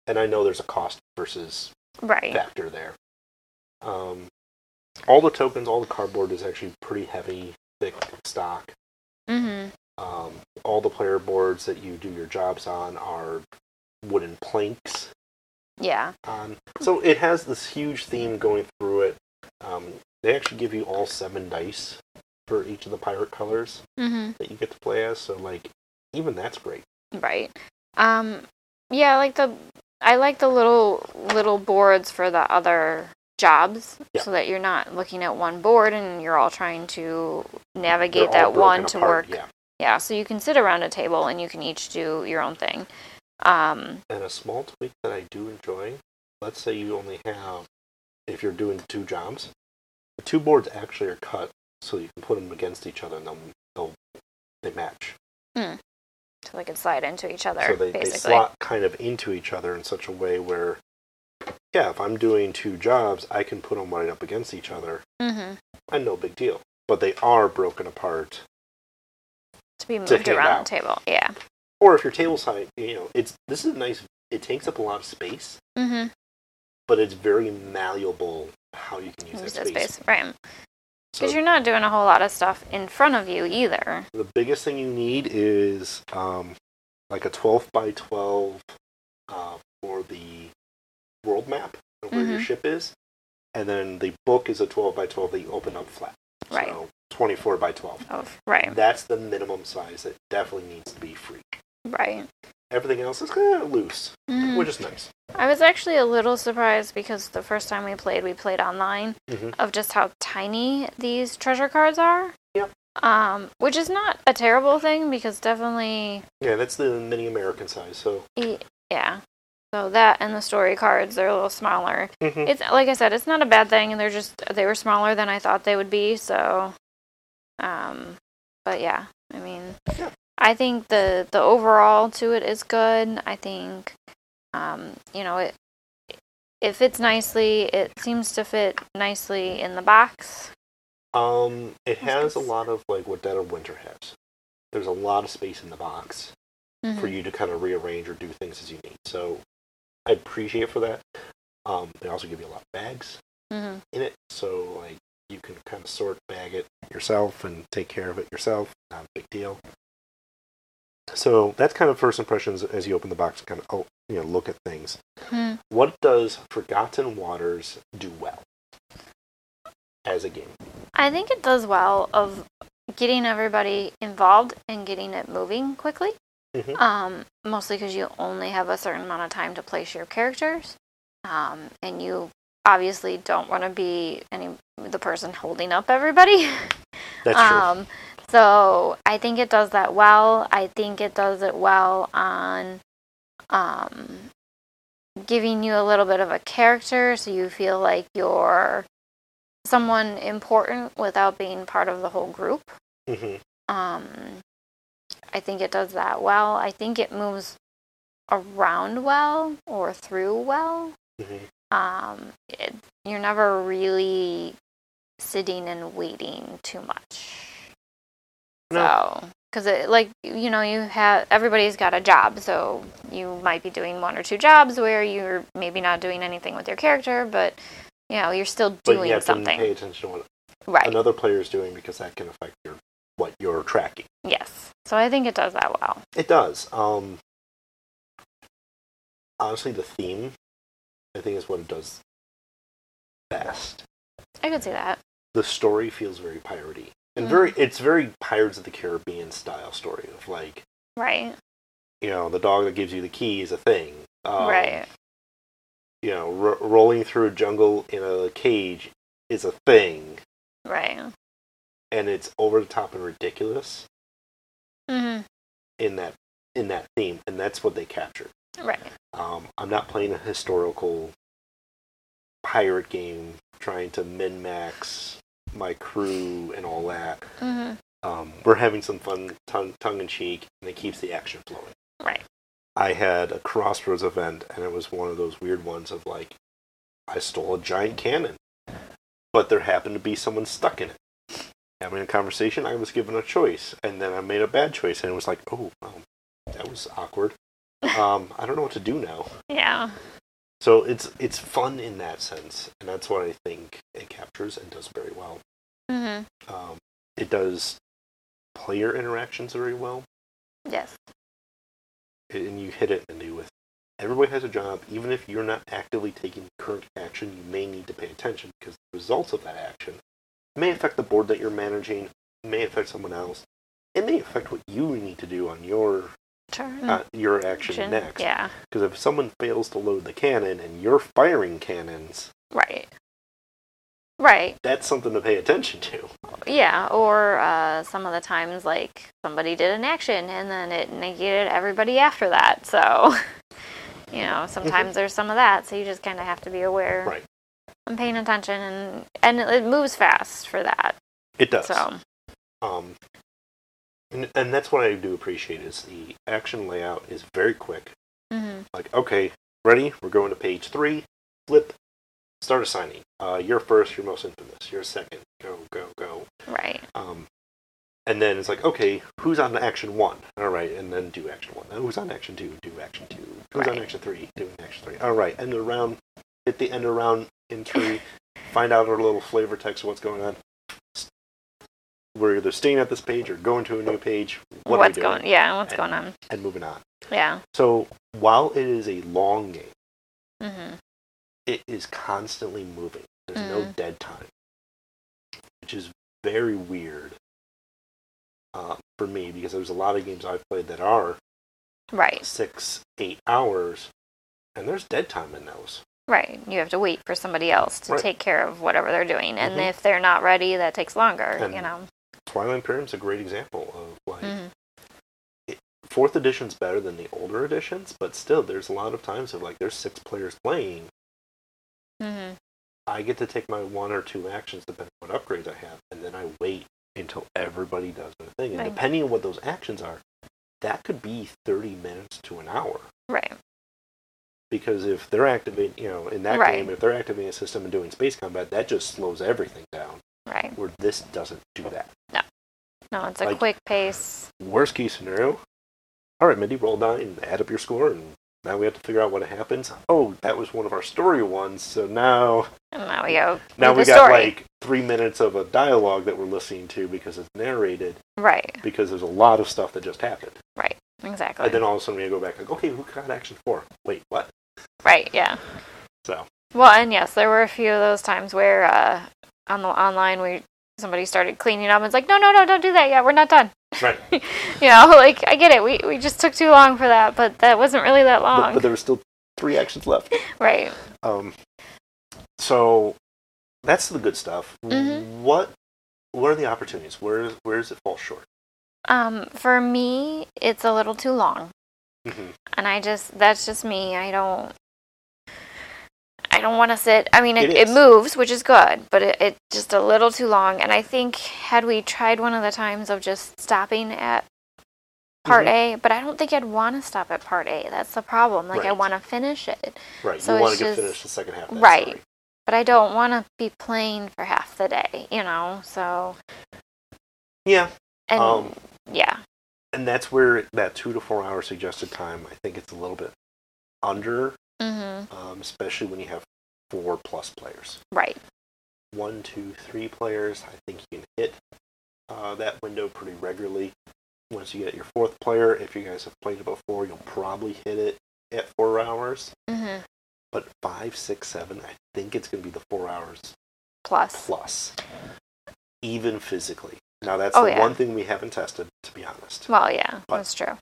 Speaker 1: and I know there's a cost versus
Speaker 2: right
Speaker 1: factor there. Um, all the tokens, all the cardboard is actually pretty heavy, thick stock.
Speaker 2: hmm
Speaker 1: Um, all the player boards that you do your jobs on are wooden planks
Speaker 2: yeah
Speaker 1: on. So it has this huge theme going through it. Um, they actually give you all seven dice for each of the pirate colors
Speaker 2: hmm
Speaker 1: that you get to play as. So like, even that's great.
Speaker 2: right um Yeah, I like the I like the little little boards for the other jobs
Speaker 1: Yeah.
Speaker 2: so that you're not looking at one board and you're all trying to
Speaker 1: They're
Speaker 2: navigate
Speaker 1: all
Speaker 2: that one
Speaker 1: broken
Speaker 2: to
Speaker 1: apart,
Speaker 2: work.
Speaker 1: Yeah,
Speaker 2: Yeah, so you can sit around a table and you can each do your own thing. Um,
Speaker 1: and a small tweak that I do enjoy. Let's say you only have, if you're doing two jobs, the two boards actually are cut so you can put them against each other and they'll, they'll they match.
Speaker 2: so they can slide into each other,
Speaker 1: so they, they
Speaker 2: basically.
Speaker 1: slot kind of into each other in such a way where, yeah, if I'm doing two jobs, I can put them right up against each other
Speaker 2: hmm
Speaker 1: and no big deal. But they are broken apart.
Speaker 2: To be moved
Speaker 1: hand
Speaker 2: around
Speaker 1: out.
Speaker 2: the table. Yeah.
Speaker 1: Or if your table side, you know, it's this is a nice. It takes up a lot of space,
Speaker 2: Mm-hmm.
Speaker 1: but it's very malleable how you can use,
Speaker 2: Use
Speaker 1: that
Speaker 2: that
Speaker 1: space.
Speaker 2: space. Right.
Speaker 1: So
Speaker 2: Because you're not doing a whole lot of stuff in front of you either.
Speaker 1: the biggest thing you need is um, like a 12 by 12 uh, for the world map of where
Speaker 2: Mm-hmm.
Speaker 1: your ship is, and then the book is a 12 by 12 that you open up flat.
Speaker 2: Right.
Speaker 1: So 24 by 12.
Speaker 2: Of right.
Speaker 1: That's the minimum size that definitely needs to be free.
Speaker 2: Right.
Speaker 1: Everything else is kind of loose,
Speaker 2: Mhm.
Speaker 1: which is nice.
Speaker 2: I was actually a little surprised because the first time we played, we played online
Speaker 1: Mhm.
Speaker 2: of just how tiny these treasure cards are.
Speaker 1: Yep.
Speaker 2: Um, which is not a terrible thing because definitely,
Speaker 1: Yeah, that's the mini American size. So
Speaker 2: e- yeah. So that and the story cards, they're a little smaller.
Speaker 1: Mhm.
Speaker 2: It's like I said, it's not a bad thing, and they're just they were smaller than I thought they would be. So, um, but yeah, I mean,
Speaker 1: Yeah.
Speaker 2: I think the the overall to it is good. I think, um, you know, it it fits nicely. It seems to fit nicely in the box.
Speaker 1: um, it
Speaker 2: That's
Speaker 1: has a
Speaker 2: nice.
Speaker 1: lot of like what Dead of Winter has. There's a lot of space in the box. for
Speaker 2: Mhm.
Speaker 1: you to kind of rearrange or do things as you need. So I appreciate it for that. Um, they also give you a lot of bags
Speaker 2: Mhm.
Speaker 1: in it, so like you can kind of sort bag it yourself and take care of it yourself. Not a big deal. So that's kind of first impressions as you open the box, kind of oh, you know look at things.
Speaker 2: Hmm.
Speaker 1: What does Forgotten Waters do well as a game?
Speaker 2: I think it does well of getting everybody involved and getting it moving quickly.
Speaker 1: Mhm.
Speaker 2: Um, mostly because you only have a certain amount of time to place your characters, um, and you obviously don't want to be any the person holding up everybody. <laughs>
Speaker 1: That's true.
Speaker 2: um, so I think it does that well. I think it does it well on um, giving you a little bit of a character, so you feel like you're someone important without being part of the whole group
Speaker 1: hmm
Speaker 2: um i think it does that well i think it moves around well or through well
Speaker 1: hmm
Speaker 2: um it, you're never really sitting and waiting too much
Speaker 1: No.
Speaker 2: so because it like you know you have everybody's got a job so you might be doing one or two jobs where you're maybe not doing anything with your character but you know you're still
Speaker 1: But
Speaker 2: doing
Speaker 1: you have
Speaker 2: something
Speaker 1: to pay attention to what
Speaker 2: right
Speaker 1: another player is doing because that can affect your what you're tracking.
Speaker 2: yes so i think it does that well
Speaker 1: It does. Um, honestly, the theme, I think, is what it does best.
Speaker 2: i could see that
Speaker 1: The story feels very piratey, and very it's very Pirates of the Caribbean style story of like
Speaker 2: right
Speaker 1: you know the dog that gives you the key is a thing, um,
Speaker 2: right
Speaker 1: You know, ro- rolling through a jungle in a cage is a thing,
Speaker 2: right
Speaker 1: and it's over the top and ridiculous
Speaker 2: Mm-hmm.
Speaker 1: in that in that theme, and that's what they captured.
Speaker 2: Right.
Speaker 1: Um, I'm not playing a historical pirate game trying to min max my crew and all that.
Speaker 2: Mm-hmm.
Speaker 1: Um, we're having some fun tongue, tongue in cheek, and it keeps the action flowing.
Speaker 2: Right.
Speaker 1: I had a Crossroads event, and it was one of those weird ones of like, I stole a giant cannon, but there happened to be someone stuck in it. Having a conversation, I was given a choice, and then I made a bad choice, and it was like, oh, um, that was awkward. Um, I don't know what to do now.
Speaker 2: Yeah.
Speaker 1: So it's it's fun in that sense, and that's what I think it captures and does very well.
Speaker 2: Mm-hmm.
Speaker 1: Um, it does player interactions very well,
Speaker 2: Yes.
Speaker 1: and you hit it and do with. Everybody has a job, even if you're not actively taking current action, you may need to pay attention because the results of that action may affect the board that you're managing, may affect someone else, it may affect what you need to do on your
Speaker 2: Turn.
Speaker 1: uh, your action
Speaker 2: Hmm. action.
Speaker 1: next.
Speaker 2: Mm-hmm. Yeah.
Speaker 1: Because if someone fails to load the cannon and you're firing cannons,
Speaker 2: Right. Right.
Speaker 1: that's something to pay attention to.
Speaker 2: Yeah. Or uh, some of the times, like somebody did an action and then it negated everybody after that. So, <laughs> you know, sometimes there's some of that. So you just kind of have to be aware.
Speaker 1: Mm-hmm. Right.
Speaker 2: I'm paying attention, and and it, it moves fast for that.
Speaker 1: It does.
Speaker 2: So
Speaker 1: Um, and, and that's what I do appreciate is the action layout is very quick.
Speaker 2: hmm
Speaker 1: Like, okay, ready? We're going to page three. Flip. Start assigning. Uh, you're first. You're most infamous. You're second. Go, go, go.
Speaker 2: right.
Speaker 1: Um, and then it's like, okay, who's on action one? All right, and then do action one. Then who's on action two? Do action two. Who's on
Speaker 2: Right.
Speaker 1: action three? Do action three. All right, end of round. Hit the end of round
Speaker 2: <coughs>
Speaker 1: entry. find out our little flavor text of what's going on. We're either staying at this page or going to a new page. What
Speaker 2: what's
Speaker 1: are we doing?
Speaker 2: going? Yeah. What's going on?
Speaker 1: And moving on.
Speaker 2: Yeah.
Speaker 1: So while it is a long game,
Speaker 2: hmm
Speaker 1: it is constantly moving. There's no
Speaker 2: Mm.
Speaker 1: dead time, which is very weird uh, for me because there's a lot of games I've played that are
Speaker 2: Right.
Speaker 1: six, eight hours, and there's dead time in those.
Speaker 2: Right. You have to wait for somebody else to
Speaker 1: Right.
Speaker 2: take care of whatever they're doing, and
Speaker 1: Mhm.
Speaker 2: if they're not ready, that takes longer. you
Speaker 1: And-
Speaker 2: know.
Speaker 1: Twilight Imperium's a great example of like
Speaker 2: hmm
Speaker 1: fourth edition's better than the older editions, but still there's a lot of times of like there's six players playing.
Speaker 2: hmm
Speaker 1: I get to take my one or two actions depending on what upgrades I have, and then I wait until everybody does their thing. And
Speaker 2: Right.
Speaker 1: depending on what those actions are, that could be thirty minutes to an hour.
Speaker 2: Right.
Speaker 1: Because if they're activating, you know, in that
Speaker 2: Right.
Speaker 1: game, if they're activating a system and doing space combat, that just slows everything down.
Speaker 2: Right.
Speaker 1: Where this doesn't do that.
Speaker 2: No, it's a
Speaker 1: Like-
Speaker 2: quick pace.
Speaker 1: Worst case scenario. All right, Mindy, roll down and add up your score, and now we have to figure out what happens. Oh, that was one of our story ones, so now
Speaker 2: And now we go.
Speaker 1: now
Speaker 2: with
Speaker 1: we
Speaker 2: the
Speaker 1: got
Speaker 2: story.
Speaker 1: like three minutes of a dialogue that we're listening to because it's narrated.
Speaker 2: Right.
Speaker 1: Because there's a lot of stuff that just happened,
Speaker 2: Exactly.
Speaker 1: and then all of a sudden we go back like, okay, who got action four? Wait,
Speaker 2: <laughs>
Speaker 1: what?
Speaker 2: Right. Yeah.
Speaker 1: So
Speaker 2: Well, and yes, there were a few of those times where uh, on the online we somebody started cleaning up and it's like, no, no, no, don't do that yet. We're not done. <laughs>
Speaker 1: right, but,
Speaker 2: You know, <laughs> like I get it. We we just took too long for that, but that wasn't really that long.
Speaker 1: but there were still three actions left.
Speaker 2: right.
Speaker 1: Um, so that's the good stuff.
Speaker 2: Mhm.
Speaker 1: What what are the opportunities? Where where does it fall short?
Speaker 2: Um, for me, it's a little too long,
Speaker 1: hmm
Speaker 2: and I just that's just me. I don't. I don't want to sit. I mean, it,
Speaker 1: It
Speaker 2: it,
Speaker 1: is.
Speaker 2: moves, which is good, but it, it just a little too long. And I think had we tried one of the times of just stopping at part
Speaker 1: Mm-hmm.
Speaker 2: A, but I don't think I'd want to stop at part A. That's the problem. Like I
Speaker 1: Right.
Speaker 2: want to finish it,
Speaker 1: Right,
Speaker 2: So
Speaker 1: you want
Speaker 2: it's
Speaker 1: to get
Speaker 2: just-
Speaker 1: finished the second half. Of that
Speaker 2: Right.
Speaker 1: story.
Speaker 2: but I don't want to be playing for half the day. You know, so
Speaker 1: Yeah,
Speaker 2: and
Speaker 1: Um,
Speaker 2: yeah,
Speaker 1: and that's where that two to four hour suggested time. I think it's a little bit under
Speaker 2: hmm
Speaker 1: um, especially when you have four plus players.
Speaker 2: right,
Speaker 1: One, two, three players, I think you can hit uh, that window pretty regularly. Once you get your fourth player, if you guys have played it before, you'll probably hit it at four hours.
Speaker 2: hmm
Speaker 1: But five, six, seven, I think it's going to be the four hours
Speaker 2: plus,
Speaker 1: plus, even physically. Now, that's
Speaker 2: Oh,
Speaker 1: the
Speaker 2: yeah.
Speaker 1: one thing we haven't tested, to be honest.
Speaker 2: well, yeah,
Speaker 1: But-
Speaker 2: that's true.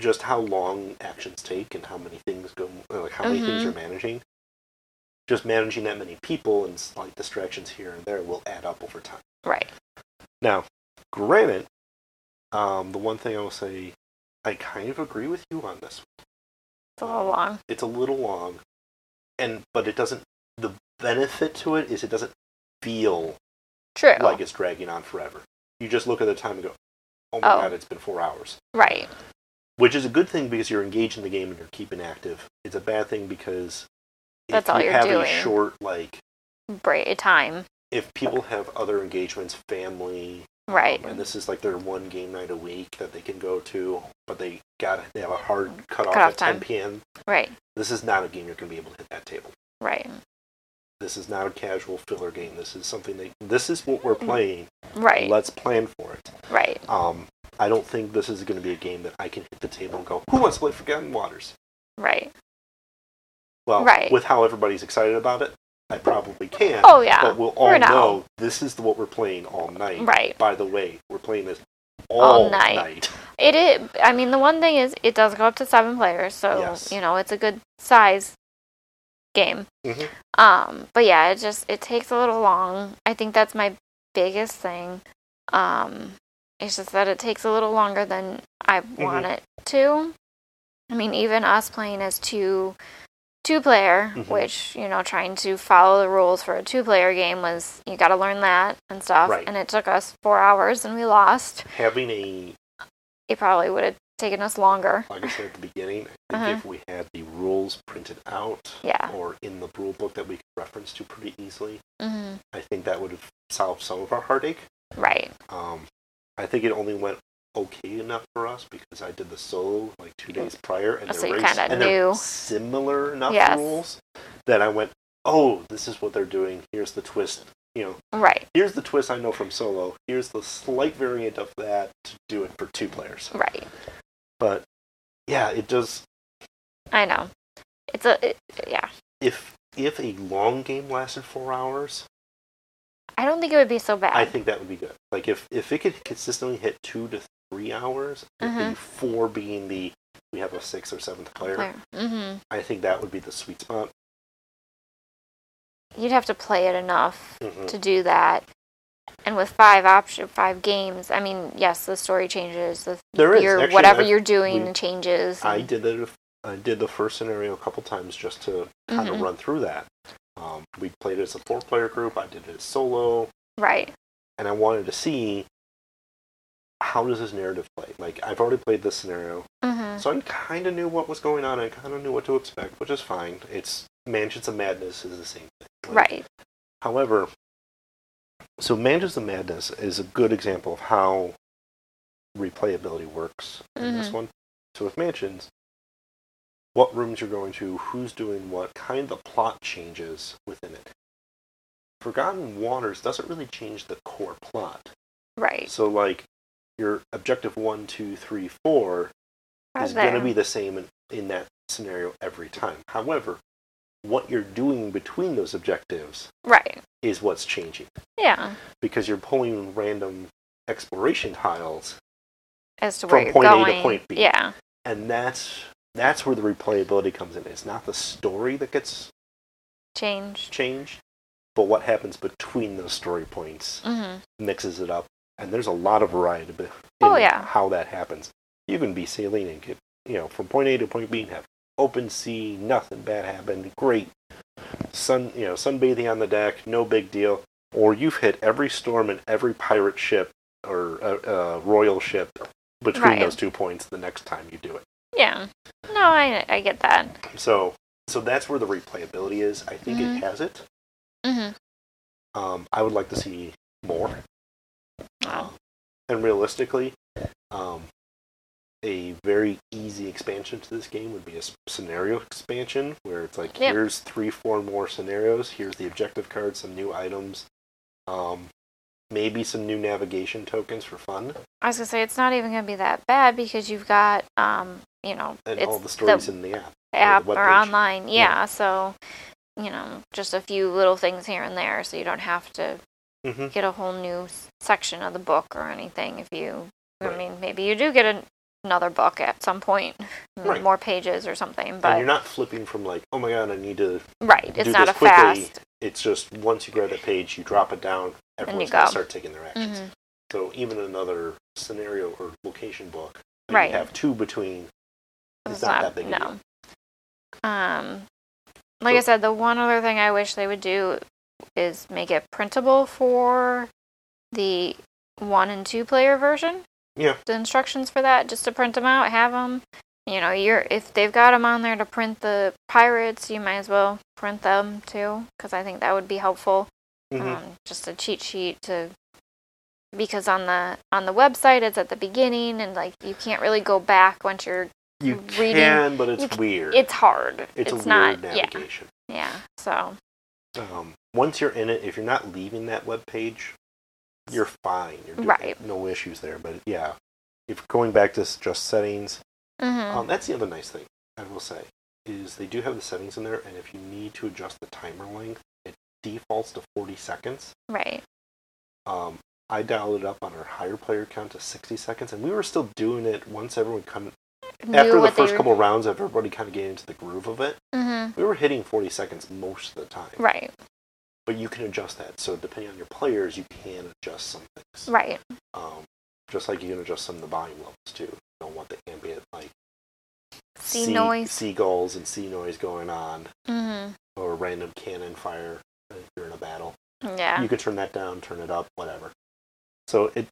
Speaker 1: Just how long actions take and how many things go, uh, like how many things
Speaker 2: Mhm.
Speaker 1: you're managing. Just managing that many people and slight distractions here and there will add up over time.
Speaker 2: Right.
Speaker 1: Now, granted, um, the one thing I will say, I kind of agree with you on this.
Speaker 2: It's a little long.
Speaker 1: It's a little long, and but it doesn't. The benefit to it is it doesn't feel
Speaker 2: True.
Speaker 1: like it's dragging on forever. You just look at the time and go, "Oh my
Speaker 2: Oh.
Speaker 1: god, it's been four hours,"
Speaker 2: right.
Speaker 1: which is a good thing because you're engaged in the game and you're keeping active. It's a bad thing because
Speaker 2: That's
Speaker 1: if
Speaker 2: all
Speaker 1: you
Speaker 2: you're
Speaker 1: have
Speaker 2: doing.
Speaker 1: a short like
Speaker 2: Break time.
Speaker 1: if people have other engagements, family,
Speaker 2: Right.
Speaker 1: and this is like their one game night a week that they can go to, but they got they have a hard cutoff,
Speaker 2: Cutoff
Speaker 1: at
Speaker 2: time.
Speaker 1: 10 p.m.
Speaker 2: Right.
Speaker 1: This is not a game you're going to be able to hit that table.
Speaker 2: Right.
Speaker 1: This is not a casual filler game. This is something that this is what we're playing.
Speaker 2: Hmm. Right.
Speaker 1: Let's plan for it.
Speaker 2: right.
Speaker 1: Um, I don't think this is going to be a game that I can hit the table and go, "Who wants to play Forgotten Waters?"
Speaker 2: Right.
Speaker 1: Well,
Speaker 2: Right.
Speaker 1: with how everybody's excited about it, I probably can.
Speaker 2: Oh yeah.
Speaker 1: But we'll all
Speaker 2: We're not-
Speaker 1: know this is what we're playing all night.
Speaker 2: Right.
Speaker 1: By the way, we're playing this all,
Speaker 2: All night.
Speaker 1: night.
Speaker 2: It is. I mean, the one thing is, it does go up to seven players, so
Speaker 1: Yes.
Speaker 2: you know it's a good size game.
Speaker 1: Mhm.
Speaker 2: Um, but yeah, it just it takes a little long. I think that's my biggest thing. Um, it's just that it takes a little longer than I
Speaker 1: Mm-hmm.
Speaker 2: want it to. I mean, even us playing as two two player,
Speaker 1: Mhm.
Speaker 2: which you know, trying to follow the rules for a two player game was you got to learn that and stuff.
Speaker 1: Right.
Speaker 2: And it took us four hours, and we lost.
Speaker 1: Having a,
Speaker 2: It probably would have taken us longer.
Speaker 1: like I said at the beginning, I think
Speaker 2: Uh-huh.
Speaker 1: if we had the rules printed out
Speaker 2: Yeah.
Speaker 1: or in the rule book that we could reference to pretty easily,
Speaker 2: hmm
Speaker 1: I think that would have solved some of our heartache.
Speaker 2: Right.
Speaker 1: Um, I think it only went okay enough for us because I did the solo like two days prior, and
Speaker 2: Mm. Oh, So
Speaker 1: they're
Speaker 2: you
Speaker 1: very-
Speaker 2: kinda
Speaker 1: and they're
Speaker 2: knew.
Speaker 1: similar enough
Speaker 2: Yes.
Speaker 1: rules that I went, "Oh, this is what they're doing. Here's the twist. You know,
Speaker 2: Right.
Speaker 1: here's the twist I know from solo. Here's the slight variant of that to do it for two players."
Speaker 2: Right.
Speaker 1: But yeah, it does.
Speaker 2: I know. It's a it, yeah.
Speaker 1: If if a long game lasted four hours,
Speaker 2: I don't think it would be so bad.
Speaker 1: I think that would be good. Like if if it could consistently hit two to three hours, with the four being the we have a sixth or seventh player.
Speaker 2: hmm
Speaker 1: I think that would be the sweet spot.
Speaker 2: You'd have to play it enough
Speaker 1: Mhm.
Speaker 2: to do that. And with five option, five games, I mean, yes, the story changes. The
Speaker 1: There is
Speaker 2: your
Speaker 1: actually,
Speaker 2: whatever
Speaker 1: I-
Speaker 2: you're doing
Speaker 1: we-
Speaker 2: changes.
Speaker 1: I
Speaker 2: and-
Speaker 1: did it. I did the first scenario a couple times just to kind of
Speaker 2: Mhm.
Speaker 1: run through that. Um, we played as a four-player group. I did it solo,
Speaker 2: Right.
Speaker 1: and I wanted to see how does this narrative play. Like I've already played this scenario,
Speaker 2: hmm
Speaker 1: so I kind of knew what was going on. I kind of knew what to expect, which is fine. It's Mansions of Madness is the same thing. Like,
Speaker 2: Right.
Speaker 1: However, so Mansions of Madness is a good example of how replayability works in
Speaker 2: Mm-hmm.
Speaker 1: this one. So with mansions, what rooms you're going to, who's doing what, kind of plot changes within it. Forgotten Waters doesn't really change the core plot.
Speaker 2: Right.
Speaker 1: So like your objective one, two, three, four is
Speaker 2: Right
Speaker 1: going to
Speaker 2: there.
Speaker 1: be the same in, in that scenario every time. However, what you're doing between those objectives
Speaker 2: Right.
Speaker 1: is what's changing
Speaker 2: Yeah.
Speaker 1: because you're pulling random exploration tiles,
Speaker 2: As to
Speaker 1: From
Speaker 2: where you're
Speaker 1: point A to
Speaker 2: going.
Speaker 1: point B.
Speaker 2: Yeah.
Speaker 1: and that's that's where the replayability comes in. It's not the story that gets
Speaker 2: Change.
Speaker 1: changed, but what happens between those story points
Speaker 2: hmm
Speaker 1: mixes it up, and there's a lot of variety be- in
Speaker 2: Oh, yeah.
Speaker 1: how that happens. You can be sailing and get you know from point A to point B and have open sea, nothing bad happened, great sun you know sunbathing on the deck, no big deal. Or you've hit every storm and every pirate ship or uh, uh, royal ship between
Speaker 2: Right.
Speaker 1: those two points the next time you do it.
Speaker 2: Yeah. No, I I get that.
Speaker 1: So so that's where the replayability is. I think
Speaker 2: Mm-hmm.
Speaker 1: it has it.
Speaker 2: hmm
Speaker 1: Um, I would like to see more.
Speaker 2: Wow.
Speaker 1: Um, and realistically, um, a very easy expansion to this game would be a s- scenario expansion where it's like
Speaker 2: Yep.
Speaker 1: here's three, four more scenarios. Here's the objective card, some new items, um, maybe some new navigation tokens for fun,
Speaker 2: I was gonna say it's not even gonna be that bad because you've got um you know
Speaker 1: and
Speaker 2: it's
Speaker 1: all the stories in the app.
Speaker 2: app
Speaker 1: web
Speaker 2: or
Speaker 1: page.
Speaker 2: online yeah,
Speaker 1: Yeah.
Speaker 2: so you know just a few little things here and there so you don't have to
Speaker 1: Mm-hmm.
Speaker 2: get a whole new s- section of the book or anything if you
Speaker 1: Right.
Speaker 2: I mean maybe you do get an, another book at some point
Speaker 1: Right.
Speaker 2: more pages or something
Speaker 1: and
Speaker 2: but
Speaker 1: you're not flipping from like, oh my god, I need to
Speaker 2: right it's
Speaker 1: do
Speaker 2: not a
Speaker 1: this quickly.
Speaker 2: fast
Speaker 1: It's just once you grab that page, you drop it down, everyone's
Speaker 2: you
Speaker 1: going
Speaker 2: go.
Speaker 1: to start taking their actions.
Speaker 2: Mhm.
Speaker 1: So even another scenario or location book, that
Speaker 2: Right.
Speaker 1: you have two between. It's,
Speaker 2: It's
Speaker 1: not, that big. A deal.
Speaker 2: No. Um, like I
Speaker 1: So-
Speaker 2: said, the one other thing I wish they would do is make it printable for the one and two player version.
Speaker 1: Yeah.
Speaker 2: The instructions for that, just to print them out, have them. You know, you're if they've got them on there to print the pirates, you might as well print them too, because I think that would be helpful
Speaker 1: Mhm.
Speaker 2: um, just a cheat sheet to because on the on the website it's at the beginning and like you can't really go back once you're
Speaker 1: You
Speaker 2: reading-
Speaker 1: can, but it's
Speaker 2: you c-
Speaker 1: weird.
Speaker 2: it's hard
Speaker 1: It's
Speaker 2: it's,
Speaker 1: a weird
Speaker 2: not yeah
Speaker 1: navigation.
Speaker 2: yeah so
Speaker 1: Um, once you're in it, if you're not leaving that web page, you're fine. You're doing
Speaker 2: Right.
Speaker 1: No issues there. But yeah, if going back to s- just settings,
Speaker 2: hmm
Speaker 1: um, that's the other nice thing I will say is they do have the settings in there, and if you need to adjust the timer length, it defaults to 40 seconds.
Speaker 2: right
Speaker 1: Um, I dialed it up on our higher player count to 60 seconds, and we were still doing it once everyone kind of, after the first couple rounds, after everybody kind of getting into the groove of it.
Speaker 2: Mm-hmm.
Speaker 1: We were hitting 40 seconds most of the time.
Speaker 2: Right.
Speaker 1: But you can adjust that. So depending on your players, you can adjust some things.
Speaker 2: Right.
Speaker 1: Um, just like you can adjust some of the volume levels too. You don't want the ambient like
Speaker 2: Sea noise.
Speaker 1: seagulls and sea noise going on,
Speaker 2: Mm-hmm.
Speaker 1: or random cannon fire if you're in a battle.
Speaker 2: Yeah.
Speaker 1: You can turn that down, turn it up, whatever. So it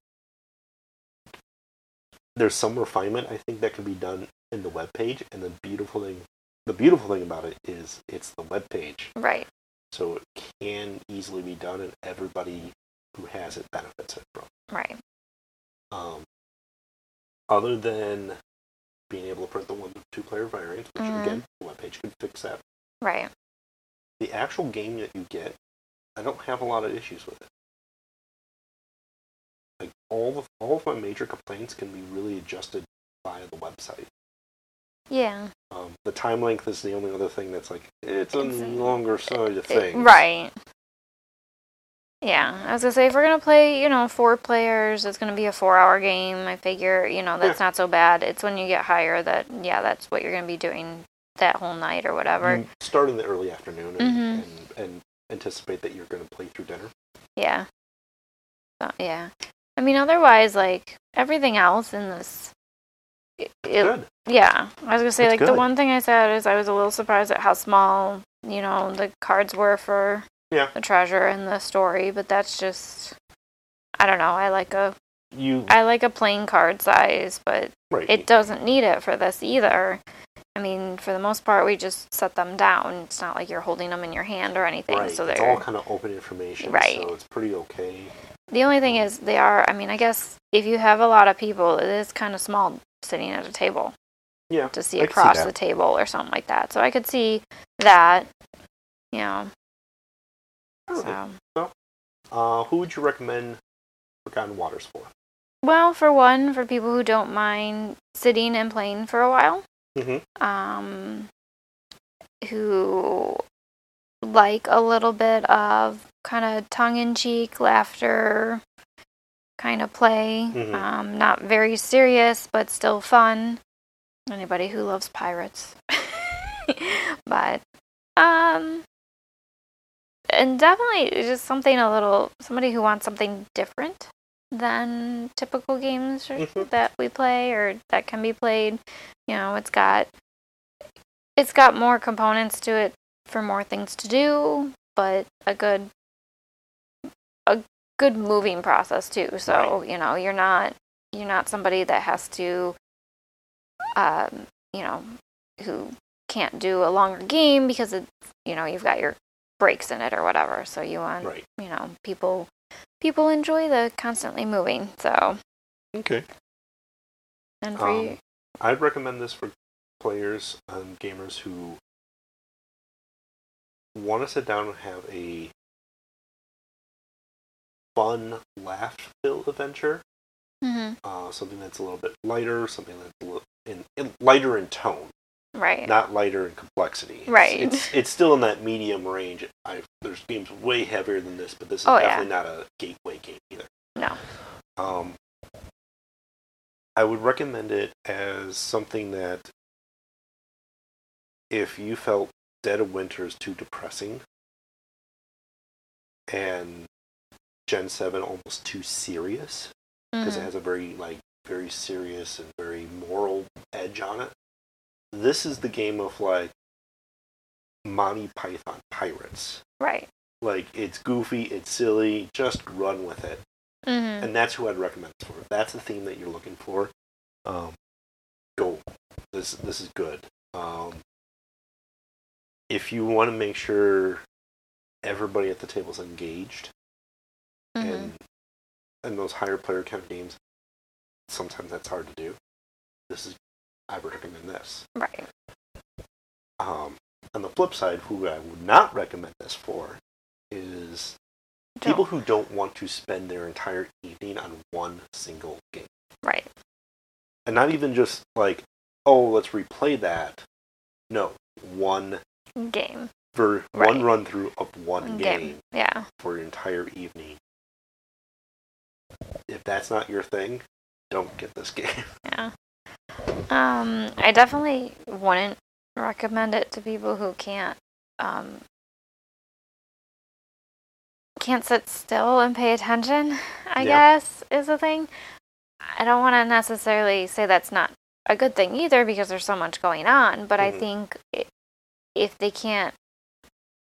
Speaker 1: there's some refinement I think that can be done in the web page, and the beautiful thing the beautiful thing about it is it's the web page,
Speaker 2: Right.
Speaker 1: so it can easily be done, and everybody who has it benefits it from.
Speaker 2: Right.
Speaker 1: Um, other than being able to print the one to two player variants, which
Speaker 2: Mhm.
Speaker 1: again, the webpage could fix that.
Speaker 2: Right.
Speaker 1: The actual game that you get, I don't have a lot of issues with it. Like all of all of my major complaints can be really adjusted via the website.
Speaker 2: Yeah.
Speaker 1: Um, the time length is the only other thing that's like it's a
Speaker 2: It's a-
Speaker 1: longer side of
Speaker 2: It-
Speaker 1: things.
Speaker 2: right. Yeah, I was gonna say if we're gonna play, you know, four players, it's gonna be a four-hour game. I figure, you know, that's not so bad. It's when you get higher that, yeah, that's what you're gonna be doing that whole night or whatever.
Speaker 1: You start in the early afternoon and,
Speaker 2: Mhm.
Speaker 1: and, and anticipate that you're going to play through dinner.
Speaker 2: Yeah. So, yeah. I mean, otherwise, like everything else in this, it, it,
Speaker 1: Good.
Speaker 2: yeah. I was gonna say,
Speaker 1: It's
Speaker 2: like the
Speaker 1: good.
Speaker 2: one thing I said is I was a little surprised at how small, you know, the cards were for
Speaker 1: Yeah.
Speaker 2: the treasure and the story, but that's just, I don't know. I like a,
Speaker 1: You
Speaker 2: I like a plain card size, but
Speaker 1: right.
Speaker 2: it doesn't need it for this either. I mean, for the most part, we just set them down. It's not like you're holding them in your hand or anything.
Speaker 1: Right.
Speaker 2: So
Speaker 1: it's
Speaker 2: they're-
Speaker 1: all kind of open information,
Speaker 2: Right.
Speaker 1: so it's pretty okay.
Speaker 2: The only thing is, they are. I mean, I guess if you have a lot of people, it is kind of small sitting at a table
Speaker 1: Yeah,
Speaker 2: to see
Speaker 1: I could see
Speaker 2: across
Speaker 1: that.
Speaker 2: the table or something like that. So I could see that. You know,
Speaker 1: Alright.
Speaker 2: so
Speaker 1: Uh, who would you recommend Forgotten Waters for?
Speaker 2: well, for one, for people who don't mind sitting and playing for a while,
Speaker 1: Mm-hmm.
Speaker 2: um, who like a little bit of kind of tongue in cheek laughter, kind of play.
Speaker 1: Mhm.
Speaker 2: Um, not very serious, but still fun. Anybody who loves pirates. <laughs> but, um, and definitely just something a little, somebody who wants something different than typical games or,
Speaker 1: Mhm.
Speaker 2: that we play or that can be played. You know, it's got it's got more components to it for more things to do, but a good a good moving process too. So, you know, you're not you're not somebody that has to um, you know, who can't do a longer game because it's you know, you've got your breaks in it or whatever. So you want
Speaker 1: Right.
Speaker 2: you know, people people enjoy the constantly moving. So
Speaker 1: Okay.
Speaker 2: and for
Speaker 1: Um,
Speaker 2: you
Speaker 1: I'd recommend this for players and gamers who want to sit down and have a fun, laugh-filled adventure.
Speaker 2: Mhm.
Speaker 1: Uh, something that's a little bit lighter, something that's a little in, in, lighter in tone,
Speaker 2: right.
Speaker 1: not lighter in complexity. It's-
Speaker 2: Right. <laughs>
Speaker 1: It's, it's still in that medium range. I, there's games way heavier than this, but this is
Speaker 2: Oh, yeah.
Speaker 1: definitely not a gateway game either.
Speaker 2: No.
Speaker 1: Um, I would recommend it as something that if you felt Dead of Winter is too depressing and Gen 7 almost too serious, because
Speaker 2: Mhm.
Speaker 1: it has a very, like, very serious and very moral edge on it. This is the game of, like, Monty Python Pirates.
Speaker 2: Right.
Speaker 1: Like, it's goofy, it's silly, just run with it
Speaker 2: hmm
Speaker 1: and that's who I'd recommend this for. If that's the theme that you're looking for, um, go. This this is good. Um, if you want to make sure everybody at the table is engaged,
Speaker 2: hmm
Speaker 1: and and those higher player count games, sometimes that's hard to do. This is I would recommend this.
Speaker 2: Right.
Speaker 1: Um, on the flip side, who I would not recommend this for is people
Speaker 2: Don't-
Speaker 1: who don't want to spend their entire evening on one single game.
Speaker 2: Right.
Speaker 1: and not even just like oh let's replay that no one
Speaker 2: Game.
Speaker 1: for
Speaker 2: Right. Mm,
Speaker 1: one run through of one game,
Speaker 2: Yeah.
Speaker 1: for your entire evening that's not your thing, don't get this <laughs> game.
Speaker 2: Yeah. Um, I definitely wouldn't recommend it to people who can't um can't sit still and pay attention, I
Speaker 1: Yeah.
Speaker 2: guess, is the thing. I don't want to necessarily say that's not a good thing either because there's so much going on, but I
Speaker 1: Mhm.
Speaker 2: think i if they can't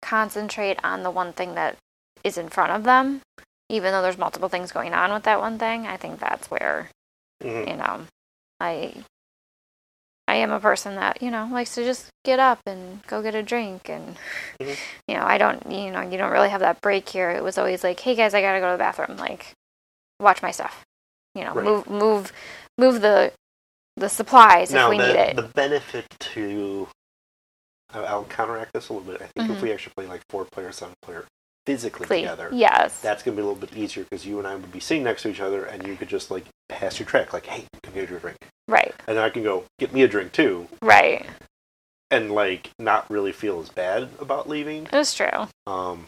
Speaker 2: concentrate on the one thing that is in front of them, even though there's multiple things going on with that one thing, I think that's where,
Speaker 1: Mhm.
Speaker 2: you know, I I am a person that, you know, likes to just get up and go get a drink and
Speaker 1: Mhm.
Speaker 2: you know, I don't you know, you don't really have that break here. It was always like, Hey guys, I gotta go to the bathroom, like watch my stuff. You know,
Speaker 1: Right.
Speaker 2: move move move the the supplies if
Speaker 1: Now,
Speaker 2: we
Speaker 1: the,
Speaker 2: need it.
Speaker 1: the benefit to. I- I'll counteract this a little bit. I think
Speaker 2: Mhm.
Speaker 1: if we actually play like four player, seven player physically
Speaker 2: Please.
Speaker 1: together,
Speaker 2: Yes.
Speaker 1: that's going to be a little bit easier because you and I would be sitting next to each other and you could just like pass your track, like, hey, come get your drink.
Speaker 2: right.
Speaker 1: And I can go, get me a drink too,
Speaker 2: Right.
Speaker 1: and like not really feel as bad about leaving.
Speaker 2: It was true.
Speaker 1: Um,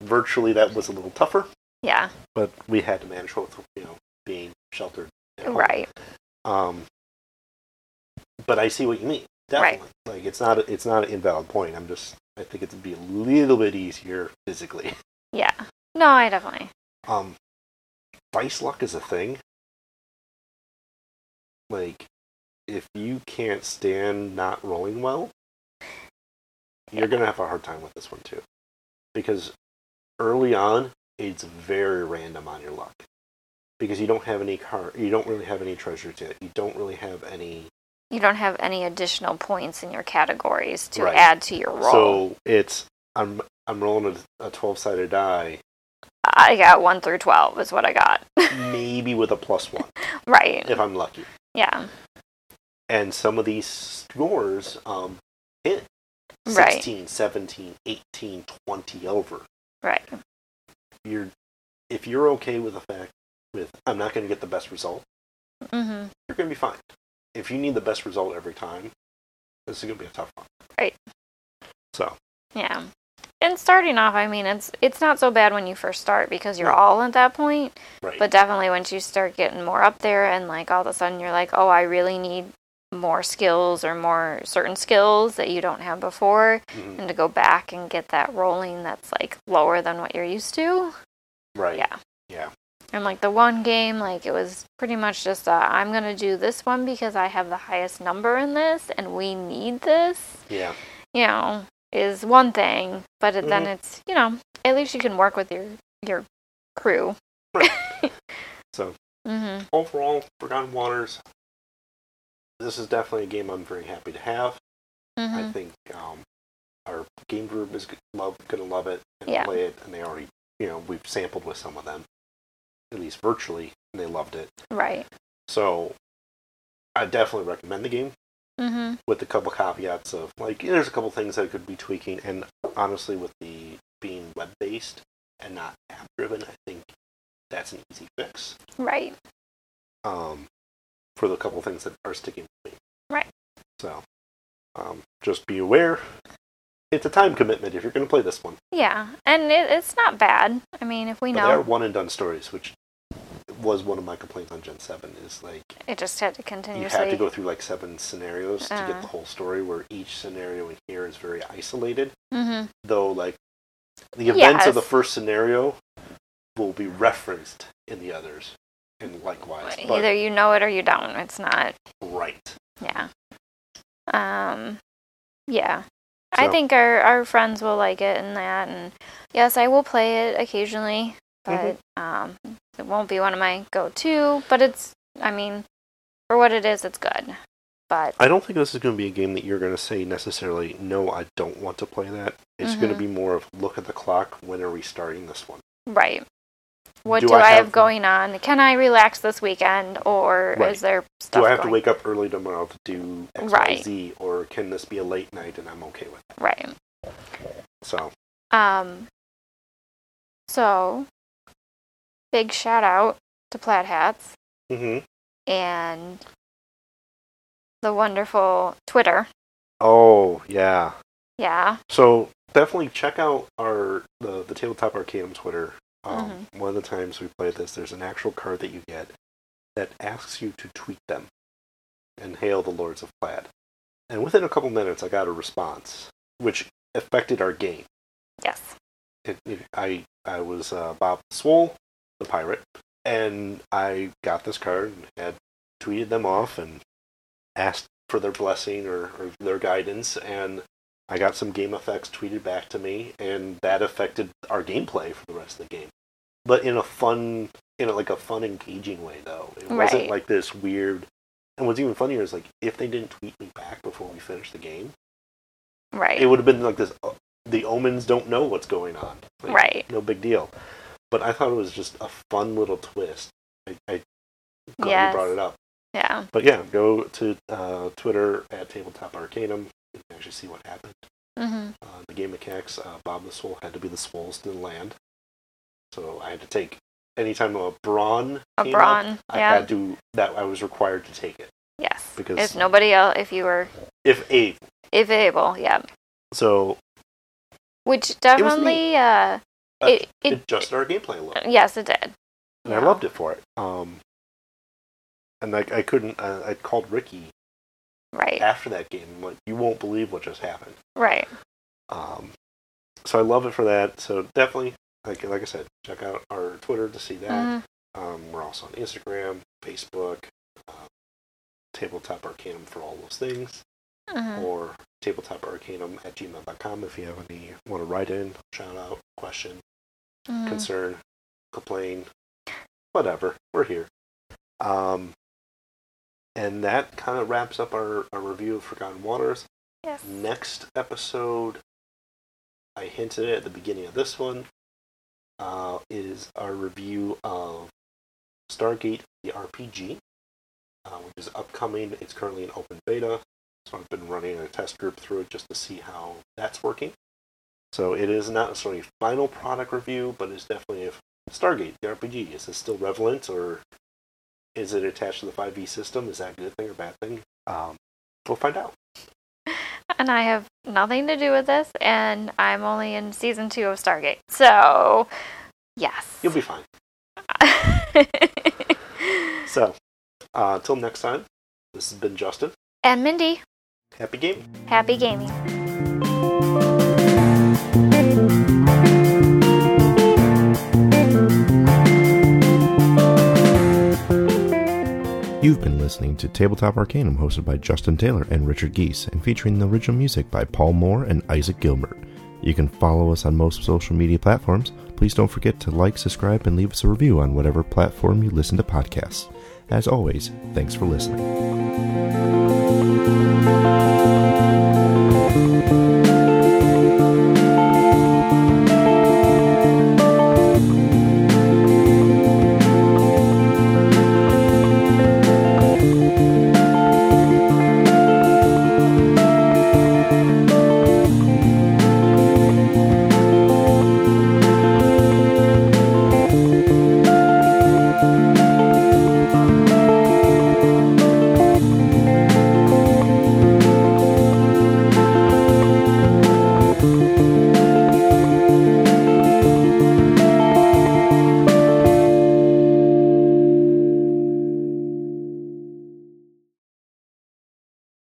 Speaker 1: virtually, that was a little tougher,
Speaker 2: Yeah.
Speaker 1: but we had to manage with, you know, being sheltered. at home.
Speaker 2: Right.
Speaker 1: Um, but I see what you mean.
Speaker 2: Right.
Speaker 1: Definitely. Like it's not a, it's not an invalid point. I'm just I think it'd be a little bit easier physically. <laughs>
Speaker 2: Yeah. No, I definitely.
Speaker 1: Um, dice luck is a thing. Like, if you can't stand not rolling well, you're gonna have a hard time with this one too, because early on it's very random on your luck, because you don't have any car, you don't really have any treasures yet, you don't really have any
Speaker 2: You don't have any additional points in your categories to
Speaker 1: Right.
Speaker 2: add to your roll.
Speaker 1: So it's I'm I'm rolling a, a twelve sided
Speaker 2: <laughs>
Speaker 1: die,
Speaker 2: I got one through twelve is what I got.
Speaker 1: maybe with a plus one
Speaker 2: right.
Speaker 1: if I'm lucky.
Speaker 2: Yeah.
Speaker 1: And some of these scores um, hit
Speaker 2: Right.
Speaker 1: 16, 17, 18, 20 over.
Speaker 2: Right.
Speaker 1: You're if you're okay with the fact with I'm not going to get the best result,
Speaker 2: Mm-hmm.
Speaker 1: you're going to be fine. If you need the best result every time, this is going to be a tough one.
Speaker 2: Right.
Speaker 1: So
Speaker 2: Yeah. And starting off, I mean, it's it's not so bad when you first start because you're
Speaker 1: No.
Speaker 2: all at that point.
Speaker 1: right.
Speaker 2: But definitely once you start getting more up there, and like all of a sudden you're like, oh, I really need more skills or more certain skills that you don't have before,
Speaker 1: Mhm.
Speaker 2: and to go back and get that rolling that's like lower than what you're used to.
Speaker 1: right.
Speaker 2: Yeah.
Speaker 1: Yeah.
Speaker 2: And like the one game, like it was pretty much just uh, I'm gonna do this one because I have the highest number in this, and we need this.
Speaker 1: Yeah.
Speaker 2: You know, is one thing, but it, then
Speaker 1: Mhm.
Speaker 2: it's you know at least you can work with your your crew. <laughs>
Speaker 1: So
Speaker 2: Mm-hmm.
Speaker 1: overall, Forgotten Waters. This is definitely a game I'm very happy to have.
Speaker 2: Mm-hmm.
Speaker 1: I think um, our game group is g- love, gonna love it and
Speaker 2: Yeah.
Speaker 1: play it, and they already, you know, we've sampled with some of them, at least virtually, and they loved it.
Speaker 2: Right.
Speaker 1: So I definitely recommend the game
Speaker 2: Mm-hmm.
Speaker 1: with a couple caveats of like there's a couple things that could be tweaking, and honestly, with the being web based and not app driven, I think that's an easy fix.
Speaker 2: Right.
Speaker 1: um, for the couple things that are sticking with me.
Speaker 2: Right.
Speaker 1: So, um, just be aware. It's a time commitment if you're going to play this one.
Speaker 2: Yeah, and it, it's not bad. I mean, if we
Speaker 1: But they are
Speaker 2: know,
Speaker 1: one and done stories, which was one of my complaints on Gen Seven. Is like
Speaker 2: it just had to
Speaker 1: you
Speaker 2: continuously.
Speaker 1: have to go through like seven scenarios to
Speaker 2: Uh-huh.
Speaker 1: get the whole story, where each scenario in here is very isolated.
Speaker 2: Mhm.
Speaker 1: Though, like the events of the
Speaker 2: Yes.
Speaker 1: first scenario will be referenced in the others, and likewise. But,
Speaker 2: Either you know it or you don't. It's not.
Speaker 1: right.
Speaker 2: Yeah. Um yeah. I
Speaker 1: So-
Speaker 2: think our our friends will like it and that and yes, I will play it occasionally, but
Speaker 1: Mhm.
Speaker 2: um it won't be one of my go-to, but it's I mean, for what it is, it's good. But
Speaker 1: I don't think this is going to be a game that you're going to say necessarily, no, I don't want to play that. It's going
Speaker 2: Mhm.
Speaker 1: to be more of look at the clock, when are we starting this one?
Speaker 2: right. What do,
Speaker 1: Do
Speaker 2: I,
Speaker 1: I
Speaker 2: have,
Speaker 1: have-
Speaker 2: going on? Can I relax this weekend or
Speaker 1: Right.
Speaker 2: is there
Speaker 1: Do
Speaker 2: stuff
Speaker 1: I have
Speaker 2: going
Speaker 1: to wake up early tomorrow to do X, Y,
Speaker 2: Right.
Speaker 1: Z, or can this be a late night and I'm okay with it?
Speaker 2: right.
Speaker 1: So,
Speaker 2: Um, so, big shout out to Plaid Hats
Speaker 1: hmm
Speaker 2: and the wonderful Twitter.
Speaker 1: oh, yeah.
Speaker 2: Yeah.
Speaker 1: So, definitely check out our the, the Tabletop Arcanum Twitter Um, One of the times we play this, there's an actual card that you get that asks you to tweet them and hail the Lords of Plaid. And within a couple minutes, I got a response, which affected our game.
Speaker 2: Yes.
Speaker 1: It, it- I I was uh, Bob Swole, the pirate, and I got this card and had tweeted them off and asked for their blessing or, or their guidance, and I got some game effects tweeted back to me, and that affected our gameplay for the rest of the game. But in a fun, in a, like a fun, engaging way, though. It wasn't
Speaker 2: Right.
Speaker 1: like this weird. And what's even funnier is like if they didn't tweet me back before we finished the game,
Speaker 2: Right.
Speaker 1: it would have been like this uh, the omens don't know what's going on Like,
Speaker 2: Right.
Speaker 1: no big deal but i thought it was just a fun little twist i, I glad
Speaker 2: Yes.
Speaker 1: you brought it up
Speaker 2: Yeah.
Speaker 1: but yeah go to uh, twitter at tabletop arcanum you can actually see what happened
Speaker 2: hmm
Speaker 1: uh, the game mechanics uh, bob the swole had to be the swollest in the land so i had to take anytime a brawn
Speaker 2: A
Speaker 1: came up,
Speaker 2: brawn.
Speaker 1: i
Speaker 2: Yeah.
Speaker 1: had to that i was required to take it
Speaker 2: Yes.
Speaker 1: because-
Speaker 2: if nobody else, if you were,
Speaker 1: if a
Speaker 2: if able, yeah.
Speaker 1: so
Speaker 2: Which definitely, uh,
Speaker 1: Uh,
Speaker 2: it,
Speaker 1: it,
Speaker 2: it,
Speaker 1: adjusted our gameplay a little
Speaker 2: yes, it did.
Speaker 1: and I
Speaker 2: Yeah.
Speaker 1: loved it for it. Um, and I, I couldn't. uh, I, I called Ricky
Speaker 2: Right.
Speaker 1: after that game. and Like, you won't believe what just happened.
Speaker 2: Right.
Speaker 1: Um, so I love it for that. So definitely, like like I said, check out our Twitter to see that.
Speaker 2: Mhm.
Speaker 1: Um, we're also on Instagram, Facebook, uh, Tabletop Arcanum for all those things,
Speaker 2: Mhm.
Speaker 1: or tabletoparcanum at gmail.com if you have any want to write in, shout out, question,
Speaker 2: Mhm.
Speaker 1: concern, complain, whatever. We're here. Um, and that kind of wraps up our, our review of Forgotten Waters.
Speaker 2: Yes.
Speaker 1: Next episode, I hinted at the beginning of this one, uh, is our review of Stargate the RPG, uh, which is upcoming. It's currently in open beta, so I've been running a test group through it just to see how that's working. So it is not necessarily a final product review, but it's definitely if Stargate the RPG is this still relevant or is it attached to the 5e system? Is that a good thing or bad thing? Um, we'll find out.
Speaker 2: And I have nothing to do with this, and I'm only in season two of Stargate. So, yes.
Speaker 1: You'll be fine. So, uh, until next time, this has been Justin.
Speaker 2: <laughs> and Mindy,
Speaker 1: Happy gaming.
Speaker 2: happy gaming.
Speaker 3: You've been listening to Tabletop Arcanum, hosted by Justin Taylor and Richard Geese, and featuring the original music by Paul Moore and Isaac Gilbert. You can follow us on most social media platforms. Please don't forget to like, subscribe, and leave us a review on whatever platform you listen to podcasts. As always, thanks for listening.